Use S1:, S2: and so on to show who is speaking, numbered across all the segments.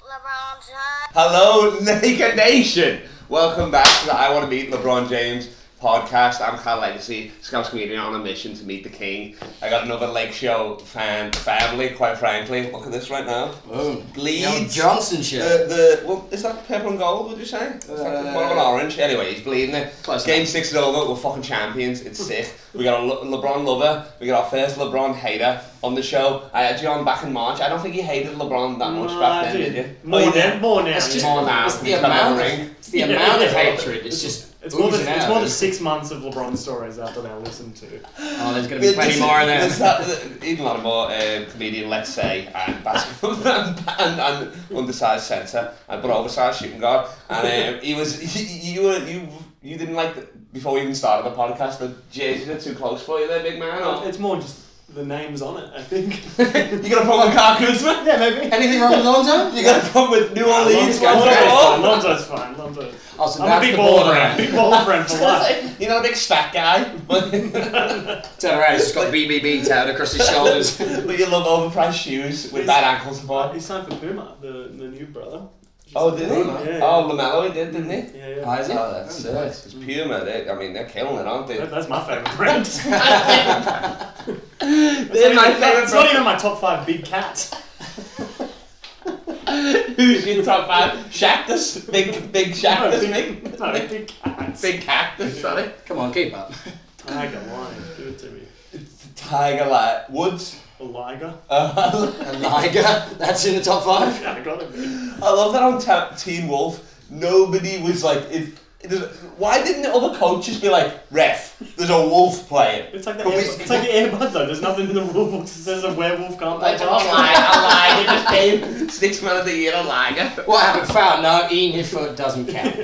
S1: LeBron James.
S2: Hello, Naked Nation. Welcome back to the I Want to Meet LeBron James podcast. I'm Kyle Legacy, Scouse comedian on a mission to meet the king. I got another Lake Show fan family, quite frankly. Look at this right now.
S3: Boom.
S2: Leeds.
S3: You know, Johnson shit.
S2: The, the well, is that purple and gold? Would you say? It's like
S3: Uh,
S2: one of an orange. Anyway, he's bleeding it.
S3: Close
S2: Game
S3: enough.
S2: six is over. We're fucking champions. It's sick. We got a Le- LeBron lover. We got our first LeBron hater on the show. I had you on back in March. I don't think you hated LeBron that much back then, did you?
S4: More
S3: Oh, you
S4: than,
S3: did?
S4: more now.
S3: it's just
S2: Come on now,
S3: it's the
S2: you've got
S3: amount.
S2: another ring.
S3: Of, it's the
S4: Yeah.
S3: amount of hatred. It's just
S4: it's more than
S3: oozing
S4: it's
S3: out.
S4: more than six months of LeBron stories after that I listened to.
S3: Oh, there's gonna be plenty
S2: There's-
S3: more of
S2: there's
S3: that.
S2: that- there's Even a lot more um, comedian, let's say, and basketball and, and, and undersized centre, and but oversized shooting guard. And um, he was you, you were you you didn't like the, before we even started the podcast. The jerseys are too close for you, there, big man. Or,
S4: It's more just the names on it, I think.
S2: you got a problem with Carl Kuzma?
S4: yeah, maybe.
S3: Anything wrong with Lonzo?
S2: You got a problem with New Orleans?
S4: Lonzo's
S2: guys?
S4: fine. Lonzo's fine. Lonzo.
S3: Oh, so
S4: I'm a
S3: that's
S4: big
S3: the
S4: ball
S3: border.
S4: friend. Big ball friend for life.
S2: You're not a big stat guy, but,
S3: Turn around. He's just got BBB tatted across his shoulders.
S2: but you love overpriced shoes with bad ankle support.
S4: He signed for Puma, the, the new brother.
S2: Oh, did he?
S4: Yeah.
S2: Oh, Lamelo, he did, didn't he?
S4: Yeah, yeah.
S3: Oh, is it?
S2: Oh, that's
S3: Oh,
S2: it. It's Puma. They, I mean, they're killing it, aren't they?
S4: That- That's my favourite brand. It's not
S2: they're
S4: even-
S2: my
S4: It's not
S2: favorite.
S4: even my top five big cats.
S2: Who's your top five? Shactus, big, big Shactus,
S4: big-
S2: big,
S4: No, uh, big cats.
S2: big cactus. Sorry.
S3: Come on, keep up.
S4: Tiger lion. Give it to me.
S2: Tiger Light Woods.
S4: A liger.
S2: Uh,
S3: A liger. That's in the top five.
S4: Yeah, I got it.
S2: I love that on Ta- Teen Wolf. Nobody was like, it, it doesn't- why didn't the other coaches be like, ref? There's a wolf playing.
S4: It's like the
S2: Could we-
S4: air, it's like the airbud though. There's nothing in the rule book that says a werewolf can't play
S2: Like, a
S4: basketball.
S2: liger, a liger just came. Six man of the year, a liger.
S3: What happened? Foul. No, eating your foot doesn't count.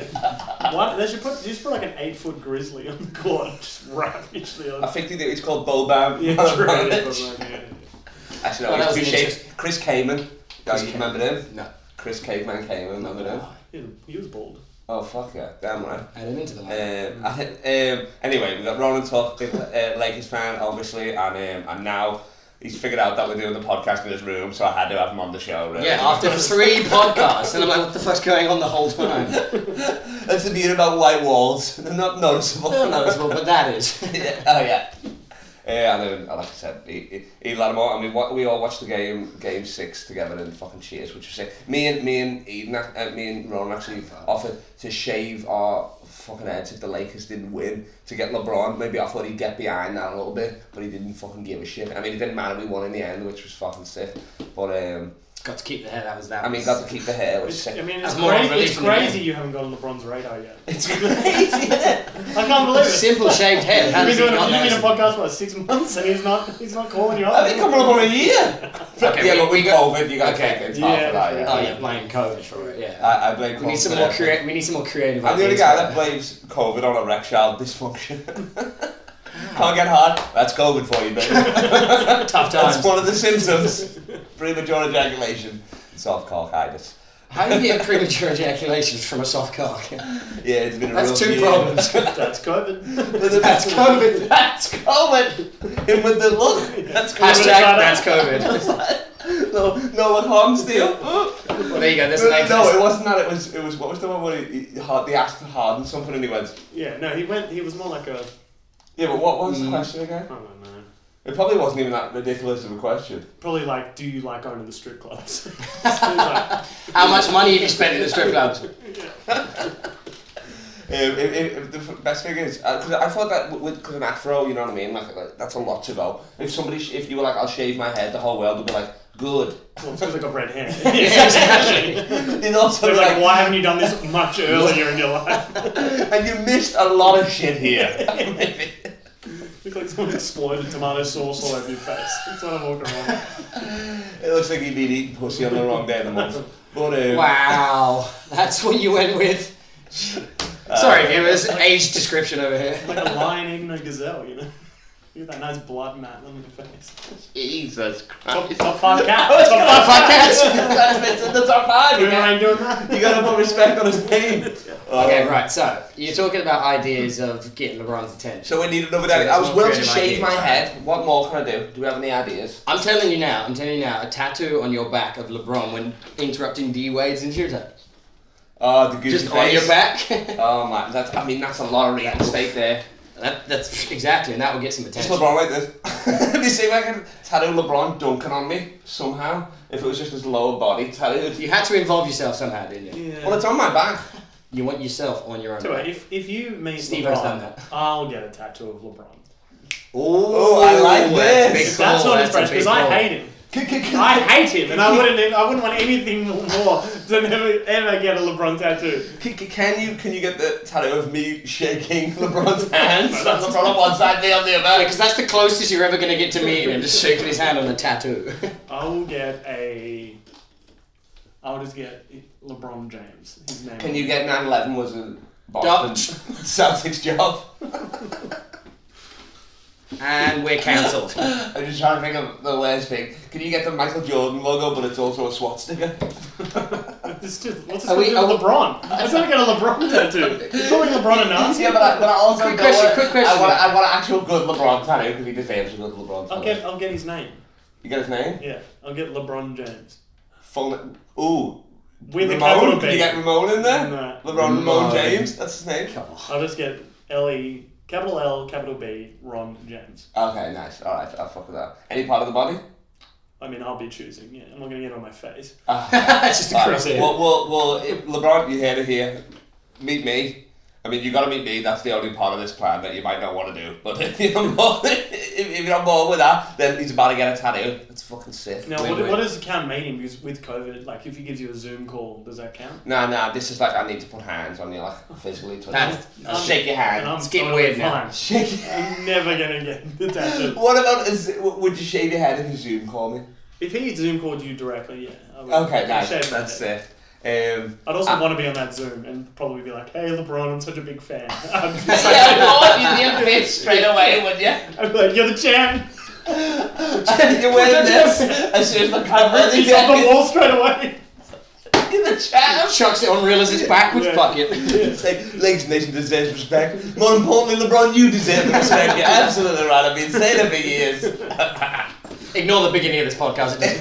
S4: Why, they should put you should put like an eight foot grizzly on the court, and just ravage the
S2: I
S4: other.
S2: think they do- it's called Bobam.
S4: Yeah, true. yeah, probably, yeah.
S2: Actually,
S3: Well,
S2: no,
S3: that
S2: it's
S3: was
S2: two
S3: an
S2: shapes. Chris Kamen. Oh,
S3: Chris
S2: you
S3: Kamen.
S2: remember him?
S3: No.
S2: Chris Caveman Kamen, remember him?
S3: Oh.
S4: He was- He was bald.
S2: Oh, fuck yeah. Damn right.
S3: Add him into the line.
S2: Um, I, think- um, anyway, we've got Ronan Tuck, big uh, Lakers fan, obviously, and um, and now he's figured out that we're doing the podcast in his room, so I had to have him on the show, really.
S3: Yeah, after three podcasts, and I'm like, what the fuck's going on the whole time?
S2: That's the beauty about white walls. They're not noticeable.
S3: I don't know as well, but that is.
S2: Yeah, oh, yeah. Yeah, and then, like I said, he, he, he Lattimore, and we, wa- we all watched the game, game six together in fucking cheers, which was sick. Me and me and Eden, ac- uh, me and Ron actually offered to shave our fucking heads if the Lakers didn't win to get LeBron. Maybe I thought he'd get behind that a little bit, but he didn't fucking give a shit. I mean, it didn't matter. We won in the end, which was fucking sick. But um,
S3: Got to keep the hair. That was that.
S2: I mean, got to keep the hair, which is
S4: It's, I
S2: sick.
S4: mean,
S3: That's
S4: it's,
S3: more of a
S4: crazy.
S3: relief
S4: it's
S3: than me.
S4: crazy you haven't gotten LeBron's radar yet.
S2: It's crazy. isn't it?
S4: I can't believe it.
S3: simple shaved head. How does
S4: You've been
S3: he
S4: doing a,
S3: not
S4: you've been doing a
S3: notice it?
S4: podcast for like six months and he's not he's not calling you up.
S2: I think I'm up on a year.
S3: Okay,
S2: yeah,
S3: we-
S2: but
S3: we
S2: we
S3: got-
S2: COVID, you got to
S3: okay.
S2: take it.
S4: Yeah,
S2: Yeah, that,
S4: that's
S2: yeah.
S3: Oh, you're blaming COVID for it. Yeah.
S2: I, I blame
S3: we need
S2: COVID
S3: some
S2: for
S3: more
S2: everything.
S3: creative. We need some more creative.
S2: Uh, I'm the only
S3: ideas
S2: guy that
S3: for
S2: blames COVID on erectile dysfunction. Can't get hard. That's COVID for you, baby.
S3: tough
S2: That's
S3: times.
S2: one of the symptoms. Premature ejaculation, soft cockhitis.
S3: How do you get premature ejaculations from a soft cock?
S2: Yeah, it's been a
S3: That's
S2: rough
S3: two
S2: year.
S3: problems.
S4: That's COVID.
S3: That's COVID.
S2: That's COVID. Him with the look. That's
S3: Hashtag
S2: COVID.
S3: that's COVID.
S2: No, no one harms deal. Oh.
S3: well, there you go. There's
S2: No,
S3: an name.
S2: no, it wasn't that. It was. It was. What was the one where he, he, hard, they asked Harden something and he went.
S4: yeah, no, he went. He was more like a.
S2: Yeah, but what
S3: Mm.
S2: was the question again?
S4: I don't know.
S2: It probably wasn't even that ridiculous of a question.
S4: Probably like, do you like going to the strip clubs? It's like,
S3: How much money have you spent in the strip clubs?
S2: Um, if, if, if the f- best thing is, because I thought that w- with cause an afro, you know what I mean, like, like that's a lot to go. If somebody, sh- if you were like, I'll shave my head, the whole world would be like, good.
S4: well, it's because I got red hair.
S2: They'd also
S4: They're
S2: be
S4: like,
S2: like,
S4: why haven't you done this much earlier in your life?
S2: and you missed a lot of shit here.
S4: Look like someone exploded tomato sauce all over your face. That's what I'm walking around. with.
S2: it looks like you've been eating pussy on the wrong day of the month. But um,
S3: Wow, that's what you went with.
S2: Uh,
S3: Sorry, viewers. Age description over here.
S4: Like a lion eating a gazelle, you know. You got that nice blood mat on your face.
S2: Jesus
S4: Top,
S2: Christ,
S4: top five cat.
S2: Uh, Oh, it's
S4: top
S2: got
S4: five
S3: Fuck cats.
S2: that's it's in the top five.
S4: cat.
S2: You
S4: Remember I
S2: gotta,
S4: ain't doing that?
S2: you gotta put respect on his name.
S3: Okay, right. So you're talking about ideas of getting LeBron's attention.
S2: So we need another
S3: So
S2: idea. I
S3: that's
S2: was
S3: one
S2: willing to
S3: creative
S2: shave
S3: idea.
S2: my head. What more can I do? Do we have any ideas?
S3: I'm telling you now. I'm telling you now. A tattoo on your back of LeBron when interrupting D Wade's interview.
S2: Oh, the goofy
S3: Just
S2: face.
S3: on your back.
S2: Oh man, that's, I mean that's a lot of real estate there.
S3: that, that's exactly, and that will get some
S2: Just
S3: attention.
S2: LeBron like this. It'd be same like a tattoo LeBron dunking on me somehow. If it was just his lower body tattooed.
S3: You had to involve yourself somehow, didn't you?
S4: Yeah.
S2: Well, it's on my back.
S3: You want yourself on your own.
S4: So wait, if, if you meet
S3: Steve has done
S4: LeBron,
S3: that.
S4: I'll get a tattoo of LeBron.
S2: Oh, I like
S3: that's a
S2: this.
S3: big
S4: That's
S3: call,
S4: not
S3: that's a
S4: impressive
S3: big
S4: because I
S3: call.
S4: hate him.
S2: Can- can- can-
S4: I hate him, and I wouldn't. I wouldn't want anything more than ever, ever get a LeBron tattoo.
S2: Can, can- can you can you get the tattoo of me shaking LeBron's hand? So that's LeBron on one side, me on the other.
S3: Because that's the closest you're ever going to get to meeting him, just shaking his hand on a tattoo.
S4: I will get a. I'll just get LeBron James. His name.
S2: Can you get 9/11 was a Boston Celtics job?
S3: and we're cancelled.
S2: I'm just trying to think of the worst thing. Can you get the Michael Jordan logo, but it's also a SWAT sticker?
S4: This dude- What's this
S3: Are
S4: got
S3: we-
S4: to do
S3: are we-
S4: with LeBron? It's not get a LeBron tattoo. It's calling LeBron enough.
S2: yeah, but I, but I also
S3: Quick
S2: don't
S3: question,
S2: want-
S3: quick question.
S2: I want, I want an actual good LeBron tattoo because he deserves a good LeBron tattoo.
S4: I'll get. I'll get his name.
S2: You get his name?
S4: Yeah, I'll get LeBron James
S2: Full name. Ooh.
S4: with a
S2: Ramon?
S4: capital
S2: Can you
S4: B.
S2: get Ramon in there?
S4: No.
S2: LeBron Ramon
S3: Ramon.
S2: James? That's his name?
S4: I'll just get L E capital L capital B Ron James.
S2: Okay, nice. Alright, I'll fuck with that. Any part of the body?
S4: I mean, I'll be choosing. Yeah, I'm not gonna get it on my face.
S2: Ah.
S3: it's just a
S2: Alright,
S3: cross
S2: well, well, well, if LeBron, you heard it here. Meet me. I mean, you got to meet me. That's the only part of this plan that you might not want to do. But if you're not more, if, if you're not more with that, then he's about to get a tattoo. That's fucking sick.
S4: Now,
S2: Win,
S4: what,
S2: win.
S4: what does count meaning? Because with COVID, like if he gives you a Zoom call, does that count?
S2: Nah, nah. This is like I need to put hands on you, like physically touch.
S3: That's-
S2: you. shake your hand.
S4: And I'm
S3: It's getting
S4: totally
S3: weird now.
S4: fine.
S2: Shake. your hand.
S4: I'm never gonna get the tattoo.
S2: What about a, z- w- would you shave your head if you Zoom call me?
S4: If he Zoom called you directly, yeah. I would
S2: Okay,
S4: I'd
S2: nice.
S4: shave my
S2: That's
S4: head.
S2: it. Um,
S4: I'd also want to be on that Zoom and probably be like, "Hey, LeBron, I'm such a big fan." I'd be like,
S2: yeah, well, you'd be a bitch straight away, would you?
S4: I'd be like, "You're the champ."
S2: You're wearing this as soon as the camera.
S4: He's on the wall straight away.
S2: in the chat.
S3: Chucks it on real as it's backwards
S4: Yeah.
S3: bucket.
S2: It's like, ladies and nation deserves respect. More importantly, LeBron, you deserve the respect. You're absolutely right. I've been saying it for years.
S3: Ignore the beginning of this podcast. It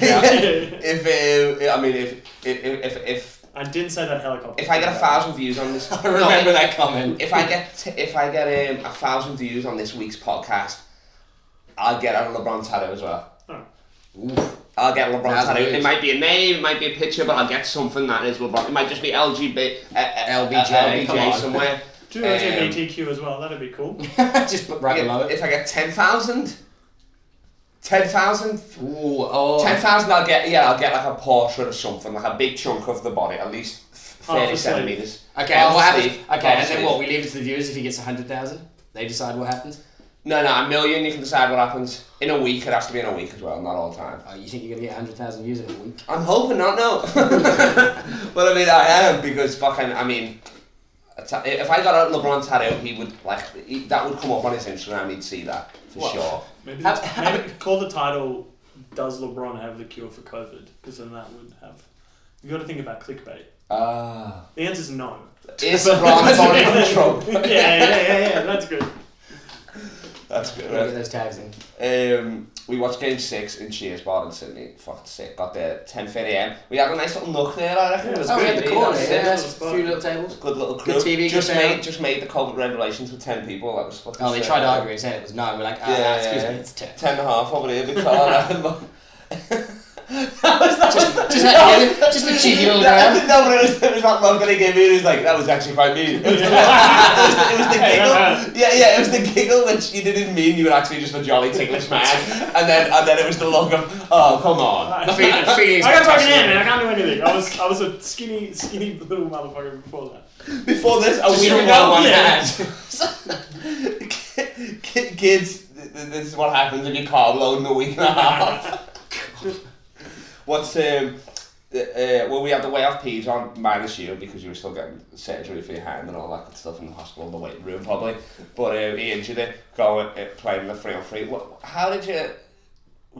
S3: doesn't count.
S2: if uh, I mean, if if if if,
S4: I didn't say that helicopter.
S2: if I get a thousand views on this,
S3: I remember that comment.
S2: If I get t- if I get um, a thousand views on this week's podcast, I'll get a LeBron tattoo as well.
S3: Oof.
S2: I'll get a LeBron
S3: That's
S2: tattoo.
S3: good.
S2: It might be a name, it might be a picture, but I'll get something that is LeBron. It might just be LGB, uh, uh,
S3: LBJ,
S2: LBJ
S3: come on.
S2: somewhere.
S4: Do
S2: Um,
S4: LGBTQ as well. That'd be cool.
S3: Just put right below
S2: Yeah,
S3: it.
S2: if I get 10,000? 10,000?
S3: Ooh, oh.
S2: 10,000 I'll get, yeah, I'll get like a portrait or something, like a big chunk of the body, at least Oh,
S4: Half
S2: 30
S4: a sleeve.
S2: centimetres.
S3: Okay,
S2: Half
S3: and
S2: a
S3: what happens?
S2: sleeve,
S3: Okay,
S2: half a
S3: and then
S2: sleeve.
S3: what? We leave it to the viewers if he gets 100,000? They decide what happens?
S2: No, no, a million, you can decide what happens. In a week, it has to be in a week as well, not all the time.
S3: Oh, you think you're going to get 100,000 views in a week?
S2: I'm hoping not, no. but I mean, I am, because fucking, I mean, a ta- if I got a LeBron tattoo, he would, like, he, that would come up on his Instagram, he'd see that, for
S3: Well,
S2: sure.
S4: Maybe,
S3: Have-
S4: that's- maybe call the title "Does LeBron have the cure for COVID?" Because then that would have. You got to think about clickbait.
S2: Ah.
S4: The answer's no.
S2: Is LeBron voting for Trump?
S4: yeah, yeah, yeah, yeah. That's good.
S2: That's good,
S3: We'll
S2: right?
S3: Get those tags in.
S2: Um, we watched game six in Shears Bar in Sydney. Fucked sick. Got there at 10.30am. We had a nice little nook there, I reckon. It was
S3: Oh, we
S2: good.
S3: had the
S2: really
S3: corner,
S2: nice.
S3: yeah,
S4: yeah,
S3: that's a few little tables.
S2: Good little crew.
S3: Good TV,
S2: just
S3: good
S2: made
S3: sound.
S2: just made the COVID regulations for 10 people. That was fucking
S3: Oh, they
S2: sick.
S3: tried arguing, saying it was nine. We're like, ah,
S2: Yeah, yeah,
S3: excuse
S2: yeah.
S3: me, it's ten.
S2: Ten and a half over here, Victoria. that was that just, was,
S3: just that- yeah, just a cheeky little
S2: that, No, but it was, it was that look that he gave me. It was like that was actually quite mean. It was, the, it was the- it was the
S4: Hey,
S2: giggle.
S4: man.
S2: Yeah, yeah, it was the giggle that you didn't mean. You were actually just a jolly ticklish man. And then and then it was the look of oh come on.
S4: I
S3: The feel- the feelings got
S4: got broken
S3: touched
S4: in,
S3: in.
S4: man. I can't do anything. I was, I was a skinny, skinny little motherfucker before that.
S2: Before this, a
S3: Just
S2: week
S3: from
S2: ago,
S3: one
S2: yeah.
S3: hand.
S2: Ki- Kids, th- th- this is what happens if you car load in a week and a half. What's um, uh, uh, well, we had the way off peas on minus you because you were still getting surgery for your hand and all that good stuff in the hospital, the weight room probably. But um, he injured it going uh, playing the three on three. What? How did you?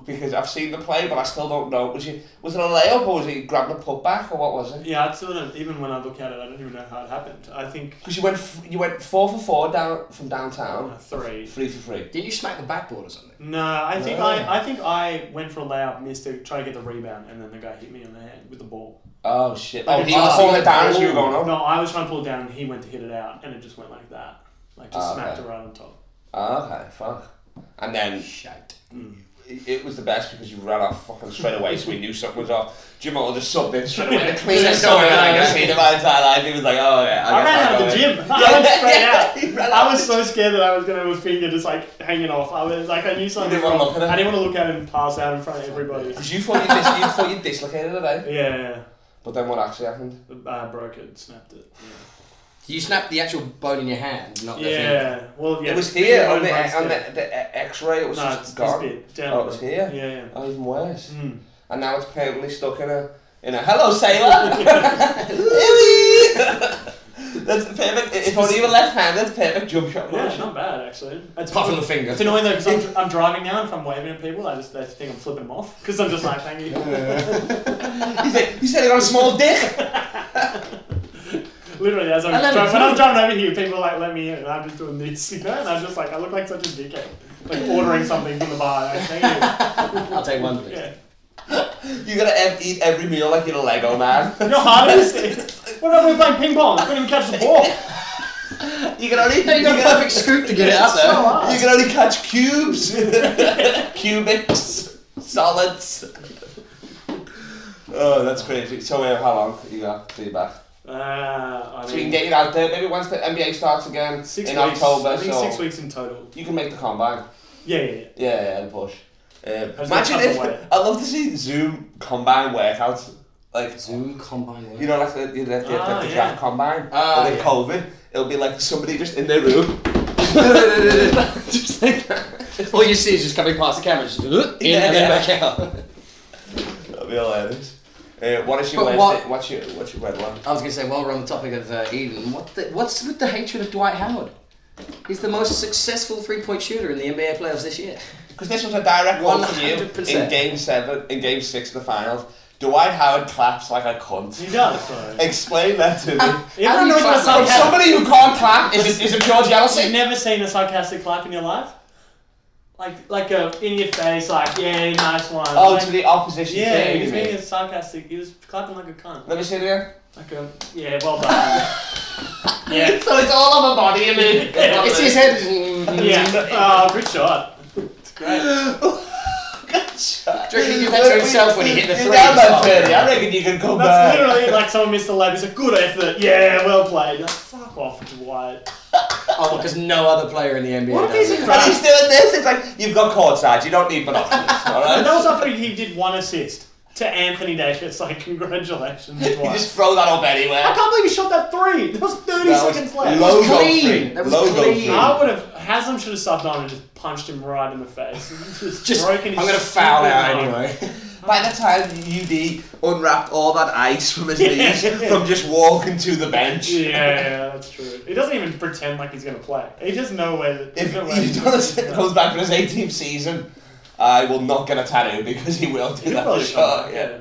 S2: because I've seen the play, but I still don't know. Was he was it a layup or was he grabbed a putback or what was it?
S4: Yeah, I still don't. Even when I look at it, I don't even know how it happened. I think
S2: Because you went f- you went four for four down from downtown,
S4: uh, three.
S2: three for three.
S3: Didn't you smack the backboard or something?
S4: No, I think
S2: No.
S4: I, I think I went for a layup, missed it, tried to get the rebound, and then the guy hit me on the hand with the ball.
S2: Oh shit!
S4: Like
S2: Oh,
S4: if
S2: he
S4: you
S2: was
S3: see
S2: pulling
S3: the
S2: it down as
S3: ball-
S2: you were going on.
S4: No, I was trying to pull it down, and he went to hit it out, and it just went like that, like just
S2: Ah,
S4: smacked
S2: okay.
S4: it right on top.
S2: Oh, okay, fuck. And then
S3: Shite.
S2: it it was the best because you ran off fucking straight away, so we knew something was off. Jim Otter just subbed in straight away. The cleanest
S3: Yeah.
S2: door I've ever seen in my entire life. He was like, "Oh yeah." guess
S4: I, ran
S2: I'll
S4: out of the
S2: go in.
S4: gym. I went straight out.
S2: He ran
S4: I
S2: out.
S4: was so scared that I was gonna have a finger just like hanging off. I was like, I knew something.
S2: didn't wanna
S4: wrong.
S2: look at it?
S4: I didn't want to look at him pass out in front of everybody.
S2: 'Cause you thought you, dis- you thought you dislocated it, eh?
S4: Yeah,
S2: But then what actually happened?
S4: I broke it, snapped it.
S3: You snapped the actual bone in your hand, not
S4: Yeah,
S3: the finger.
S4: well, yeah.
S2: it was
S4: finger
S2: here Oh,
S4: bone
S2: on the,
S4: breaks
S2: on
S4: it.
S2: the, the uh, X-ray. It was
S4: No, it's
S2: just
S4: this
S2: gone.
S4: bit. Down
S2: Oh, it was
S4: the-
S2: here?
S4: Yeah, yeah.
S2: Oh, even worse.
S4: Mm.
S2: And now it's permanently stuck in a in a hello sailor. that's perfect. If only you were left-handed, that's perfect jump shot.
S4: Yeah, it's not bad actually. It's
S3: Apart from the finger.
S4: It's annoying though because I'm, I'm driving now and if I'm waving at people, I just they think I'm flipping them off because I'm just like, thank you.
S2: You said you said it on a small dick.
S4: Literally, as I'm
S3: I love
S4: driving,
S3: it
S4: when I'm
S3: too.
S4: driving over here, people like let me in, and I'm just doing this, you know, and I'm just like, I look like such a dickhead, like ordering something from the bar. Like, thank
S3: I'll take one,
S4: you.
S3: please.
S4: Yeah.
S2: You gotta ev- eat every meal like you're a Lego man.
S4: You know how hard it is? What about we playing ping pong? I couldn't even catch the ball.
S2: You can only
S3: You got a perfect scoop to get it up
S4: So
S3: there.
S4: hard.
S2: You can only catch cubes, cubics, solids. Oh, that's crazy. So, uh, how long you got to be back?
S4: Uh, I
S2: So we can
S4: mean,
S2: get you out there. Maybe once the NBA starts again
S4: six
S2: in
S4: weeks.
S2: October,
S4: I think
S2: so
S4: six weeks in total.
S2: you can make the combine.
S4: Yeah, yeah, yeah.
S2: Yeah, yeah, the push. Um,
S4: How's that
S2: imagine
S4: couple
S2: if
S4: weigh?
S2: I'd love to see Zoom combine workouts, like
S3: Zoom combine work.
S2: you know, like the, you know, like the,
S4: Ah,
S2: like the
S4: yeah.
S2: draft combine.
S3: Ah,
S2: and then
S3: yeah.
S2: COVID, it'll be like somebody just in their room.
S3: just like that. All you see is just coming past the camera, just uh, in and then back out.
S2: That'll be hilarious. Uh, what is your Wednesday?
S3: But what-
S2: What's your what's your deadline?
S3: I was gonna say, while we're on the topic of uh, Eden, what the, what's with the hatred of Dwight Howard? He's the most successful three-point shooter in the NBA playoffs this year.
S2: Because this was a direct one from you in
S3: 100%.
S2: Game Seven, in Game Six of the finals. Dwight Howard claps like a cunt.
S4: He does, so.
S2: Explain that to me.
S4: You ever
S3: How do you
S4: notice
S2: From
S3: clap like that?
S4: how sarcastic-
S2: somebody who can't clap is it, is it pure
S4: You've
S2: jealousy?
S4: never seen a sarcastic clap in your life? Like, like a in your face, like, yeah, nice one.
S2: Oh,
S4: Like,
S2: to the opposition
S4: yeah,
S2: team.
S4: he was
S2: you
S4: being
S2: mean?
S4: sarcastic. He was clapping like a cunt.
S2: Let me see it again.
S4: Like a, yeah, well done. yeah,
S2: So it's all on the body, I mean.
S3: It's his head.
S4: yeah. Oh, good shot. It's great.
S2: Good shot.
S3: Do you reckon he did that to himself when he hit the
S2: You're
S3: three? Oh,
S2: down by 30. I reckon you can come
S4: That's
S2: back.
S4: literally like someone missed a lab. He's like, good effort. Yeah, well played. Like, fuck off, Dwight.
S3: Oh, because no other player in the NBA.
S4: What if
S3: does
S4: he's
S3: it.
S4: in
S2: And he's doing this. It's like, you've got courtside. You don't need binoculars,
S4: And that
S2: alright?
S4: was after he did one assist to Anthony Davis. Like, congratulations, Dwight.
S2: You just throw that up anywhere.
S4: I can't believe he shot that three. There was
S2: That
S4: 30
S2: was
S4: seconds left.
S3: low-
S2: Logo
S3: clean.
S2: free.
S3: That was
S2: Logo
S3: clean.
S2: free.
S4: I would have. Haslam should have subbed on and just punched him right in the face. Just,
S3: Just, I'm
S4: broken his
S3: gonna foul
S4: stupid
S3: out
S4: arm.
S3: anyway.
S2: By the time UD unwrapped all that ice from his
S4: Yeah.
S2: knees from just walking to the bench.
S4: Yeah, yeah, that's true. He doesn't even pretend like he's gonna play. He just no way.
S2: If
S4: no way
S2: he does, comes back for his 18th season, I will not get a tattoo because he will do
S4: He'll
S2: that for
S4: probably come
S2: sure.
S4: back,
S2: Yeah.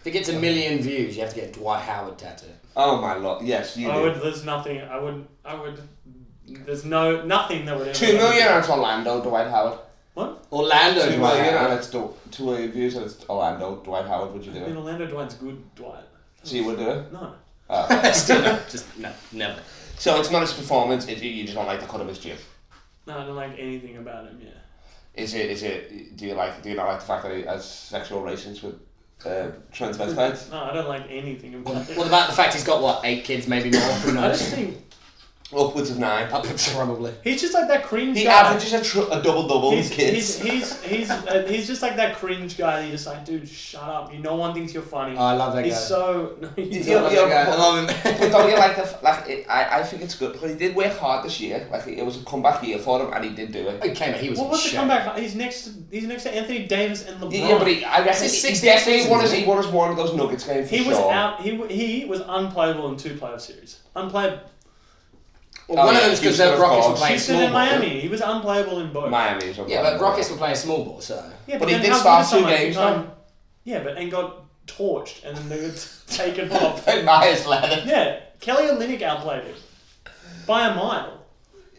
S3: If it gets a million views, you have to get Dwight Howard tattoo.
S2: Oh my lord. Yes, you
S4: I
S2: do.
S4: would. There's nothing. I would. I would. There's no nothing that would. Ever
S2: Two million and it's Orlando, Dwight Howard.
S4: What?
S3: Orlando
S2: Two
S3: Dwight
S2: million and
S3: Howard.
S2: it's Du- two million views and it's Orlando, Dwight Howard. Would you do
S4: I mean,
S2: it?
S4: Orlando Dwight's good. Dwight.
S2: So you would do it.
S4: No.
S2: Oh, okay.
S3: Still no, just no, never.
S2: so it's not his performance. It, you just don't like the cut of his jib.
S4: No, I don't like anything about him. Yeah.
S2: Is it? Is it? Do you like? Do you not like the fact that he has sexual relations with uh, transvestites?
S4: No, I don't like anything about him.
S3: What about the fact he's got what eight kids, maybe more? Who
S4: I just
S3: knows?
S4: think
S2: Upwards of nine.
S3: Up probably.
S4: he's just like that cringe
S2: He
S4: guy.
S2: averages a, tr- a double double with
S4: He's,
S2: kids.
S4: he's, he's, he's, uh, he's just like that cringe guy that you're just like, dude, shut up. You, no one thinks you're funny.
S3: Oh, I love that
S4: he's
S3: guy.
S4: so. No, you
S2: Yeah, yeah,
S3: I love
S4: don't.
S3: that guy. I
S2: but-
S3: love him.
S2: but don't you like the f- like? It, I I think it's good because he did work hard this year. Like it was a comeback year for him, and he did do it.
S3: okay, but he was.
S4: What,
S3: in
S4: what's the
S3: shape.
S4: comeback? like? He's next. To, he's next to Anthony Davis and LeBron.
S2: Yeah, but he, I reckon
S3: It's his
S2: he
S3: 16th
S2: definitely
S3: season,
S2: won us.
S3: isn't
S2: He
S3: it?
S2: won us one of those Nuggets games.
S4: he
S2: for
S4: was
S2: sure.
S4: out. He w- he was unplayable in two playoff series. Unplayable.
S3: Well,
S2: Oh,
S3: one of
S2: yeah,
S3: them's because
S2: Houston,
S3: the
S2: of
S3: Rockets were
S2: course.
S4: He
S3: playing
S4: said
S3: small
S4: in
S3: ball.
S4: Miami. He was unplayable in both.
S2: Miami is
S3: Yeah, but Rockets were playing small ball, so
S4: Yeah,
S2: But he
S4: then
S2: did
S4: how
S2: start
S4: good
S2: two
S4: someone
S2: games,
S4: become-
S2: though.
S4: Yeah, but and got torched and then they got taken off.
S3: Myers ladder.
S4: Yeah, Kelly Olynyk outplayed it by a mile.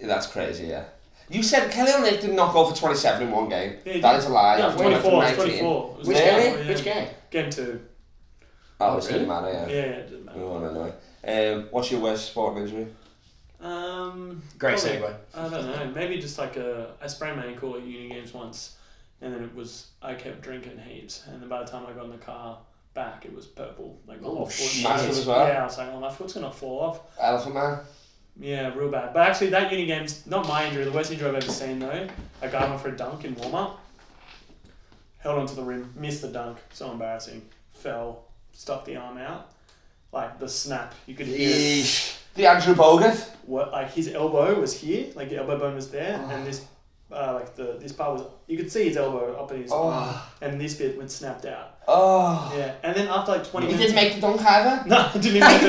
S2: That's crazy, yeah. You said Kelly Olynyk did not go for 27 in one game.
S4: Yeah, he
S2: that
S4: did.
S2: is a lie.
S4: Yeah,
S2: He went up for
S4: 24, it's
S2: 19.
S4: 24. It was
S3: Which
S2: Really?
S3: game?
S4: Yeah.
S3: Which game?
S4: Game two.
S2: Oh, it's
S3: Really?
S2: didn't matter, yeah.
S4: Yeah, yeah, it didn't matter.
S2: We won't anyway. Um, what's your worst sporting injury?
S4: Um,
S3: Great
S4: probably-
S3: segue.
S4: I don't know. Maybe just like a I sprained my ankle at uni games once, and then it was I kept drinking heaps, and then by the time I got in the car back, it was purple. Like my
S3: Oh,
S4: whole foot.
S3: shit.
S2: Massive as well?
S4: Yeah, I was like, oh, my foot's gonna fall off.
S2: Elephant Man?
S4: Yeah, real bad. But actually, that uni game's not my injury. The worst injury I've ever seen though. A guy went for a dunk in warm up, held onto the rim, missed the dunk. So embarrassing. Fell, stuck the arm out. Like the snap, you could hear. it.
S2: The Andrew Bogut?
S4: what like his elbow was here, like the elbow bone was there,
S2: Ah.
S4: and this uh, like the this part was you could see his elbow up in
S2: Ah.
S4: his arm, and this bit went snapped out.
S2: Oh.
S4: Yeah, and then after like twenty
S2: He
S4: minutes,
S2: did make the dunk either?
S4: no, I didn't even make the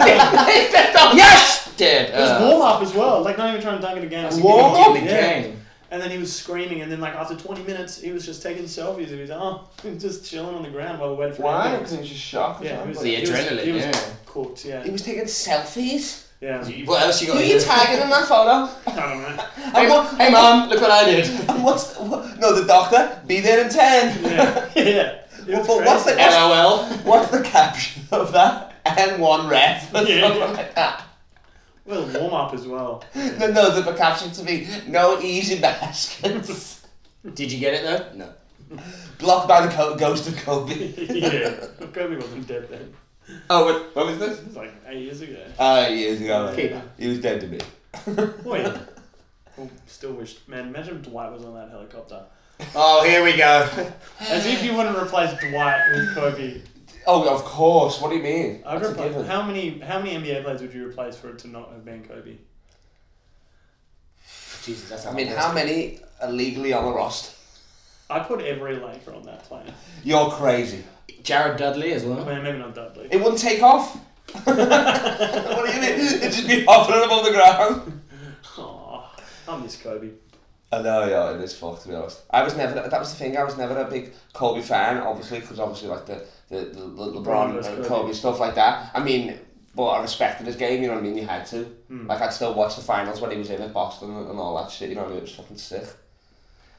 S4: dunk.
S3: yes! Dead.
S4: It was warm up as well, like not even trying to dunk it again.
S2: Warm up?
S3: In the
S4: Yeah.
S3: game.
S4: And then he was screaming, and then like after twenty minutes, he was just taking selfies of his arm, just chilling on the ground while we waited for
S2: Why?
S4: him.
S2: Because he was just shocked. or
S4: Yeah,
S2: something.
S4: he was,
S3: The
S4: he was-
S3: adrenaline,
S4: he was
S3: yeah.
S4: Cooked,
S2: He
S4: yeah,
S2: was taking selfies.
S4: yeah.
S3: What else you
S2: Who
S3: got?
S2: are you tagging in that photo?
S4: I don't know.
S3: Hey,
S2: And what-
S3: hey, mum, look what I did.
S2: And what's what, no the doctor? Be there in ten.
S4: Yeah, yeah. It
S2: Well,
S4: was
S2: but what's
S4: crazy.
S2: the-
S3: LOL.
S2: What's the caption of that? And one ref. or
S4: Yeah.
S2: something like that.
S4: Well, warm up as well.
S2: No, no, the, the caption to be no easy baskets.
S3: Did you get it though? No.
S2: Blocked by the co- ghost of Kobe.
S4: yeah, Kobe wasn't dead then.
S2: Oh, what, what was this?
S4: It was like eight years ago.
S2: Uh, years ago.
S4: Okay.
S2: He was dead to me.
S4: Wait. Oh, still wish. Man, imagine if Dwight was on that helicopter.
S3: Oh, here we go.
S4: As if you wouldn't replace Dwight with Kobe.
S2: Oh, of course. What do you mean?
S4: I'd
S2: That's a
S4: replace,
S2: given.
S4: how many how many NBA players would you replace for it to not have been Kobe?
S3: Jesus, that's
S2: I mean, how many are legally on the roster?
S4: I put every Laker on that plane.
S2: You're crazy.
S3: Jared Dudley as well.
S4: I mean, maybe not Dudley.
S2: It wouldn't take off. what do you mean? It'd just be hovering above the ground.
S4: Aw, I miss Kobe.
S2: I know, yeah, it is fucked to be honest. I was never that was the thing. I was never a big Kobe fan, obviously, because obviously like the the, the Le-
S4: LeBron
S2: LeBron
S4: versus
S2: and
S4: Kobe.
S2: Kobe stuff like that. I mean, but I respected his game. You know what I mean? You had to.
S4: Hmm.
S2: Like I'd still watch the finals when he was in at Boston and, and all that shit. You know what I mean? It was fucking sick.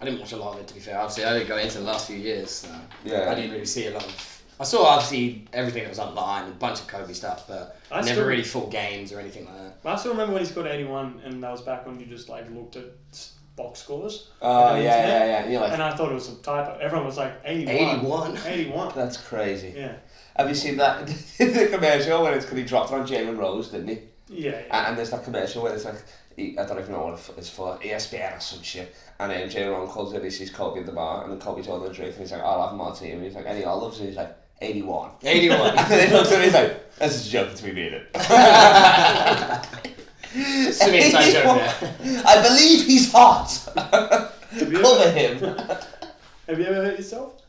S3: I didn't watch a lot of it to be fair. Obviously, I didn't go into the last few years, so
S2: Yeah.
S3: I didn't really see a lot of. I saw obviously everything that was online, a bunch of Kobe stuff, but
S4: I
S3: never
S4: still-
S3: really full games or anything like that.
S4: But I still remember when he scored 81, and that was back when you just like looked at s- box scores.
S2: Oh
S4: on the
S2: yeah, yeah,
S4: internet.
S2: yeah, And You're
S4: And
S2: like,
S4: I thought it was a typo. Everyone was like 81.
S3: 81.
S4: 81.
S2: that's crazy.
S4: Yeah.
S2: Have you seen that the commercial when it's because he dropped it on Jalen Rose, didn't he?
S4: Yeah. yeah.
S2: And, and there's that commercial where it's like, he, I don't even know what it f- it's for, E ESPN or some shit. And um, Jay Ron calls in, he sees Kobe at the bar, and then Kobe's ordering a drink, and he's like, I'll have martini. And he's like, any olives? And he's like, 81. And
S3: 81.
S2: then he looks at him, he's like, that's just a joke between me and it.
S3: It's an inside joke there.
S2: I believe he's hot. Cover him.
S4: Have you ever hurt yourself?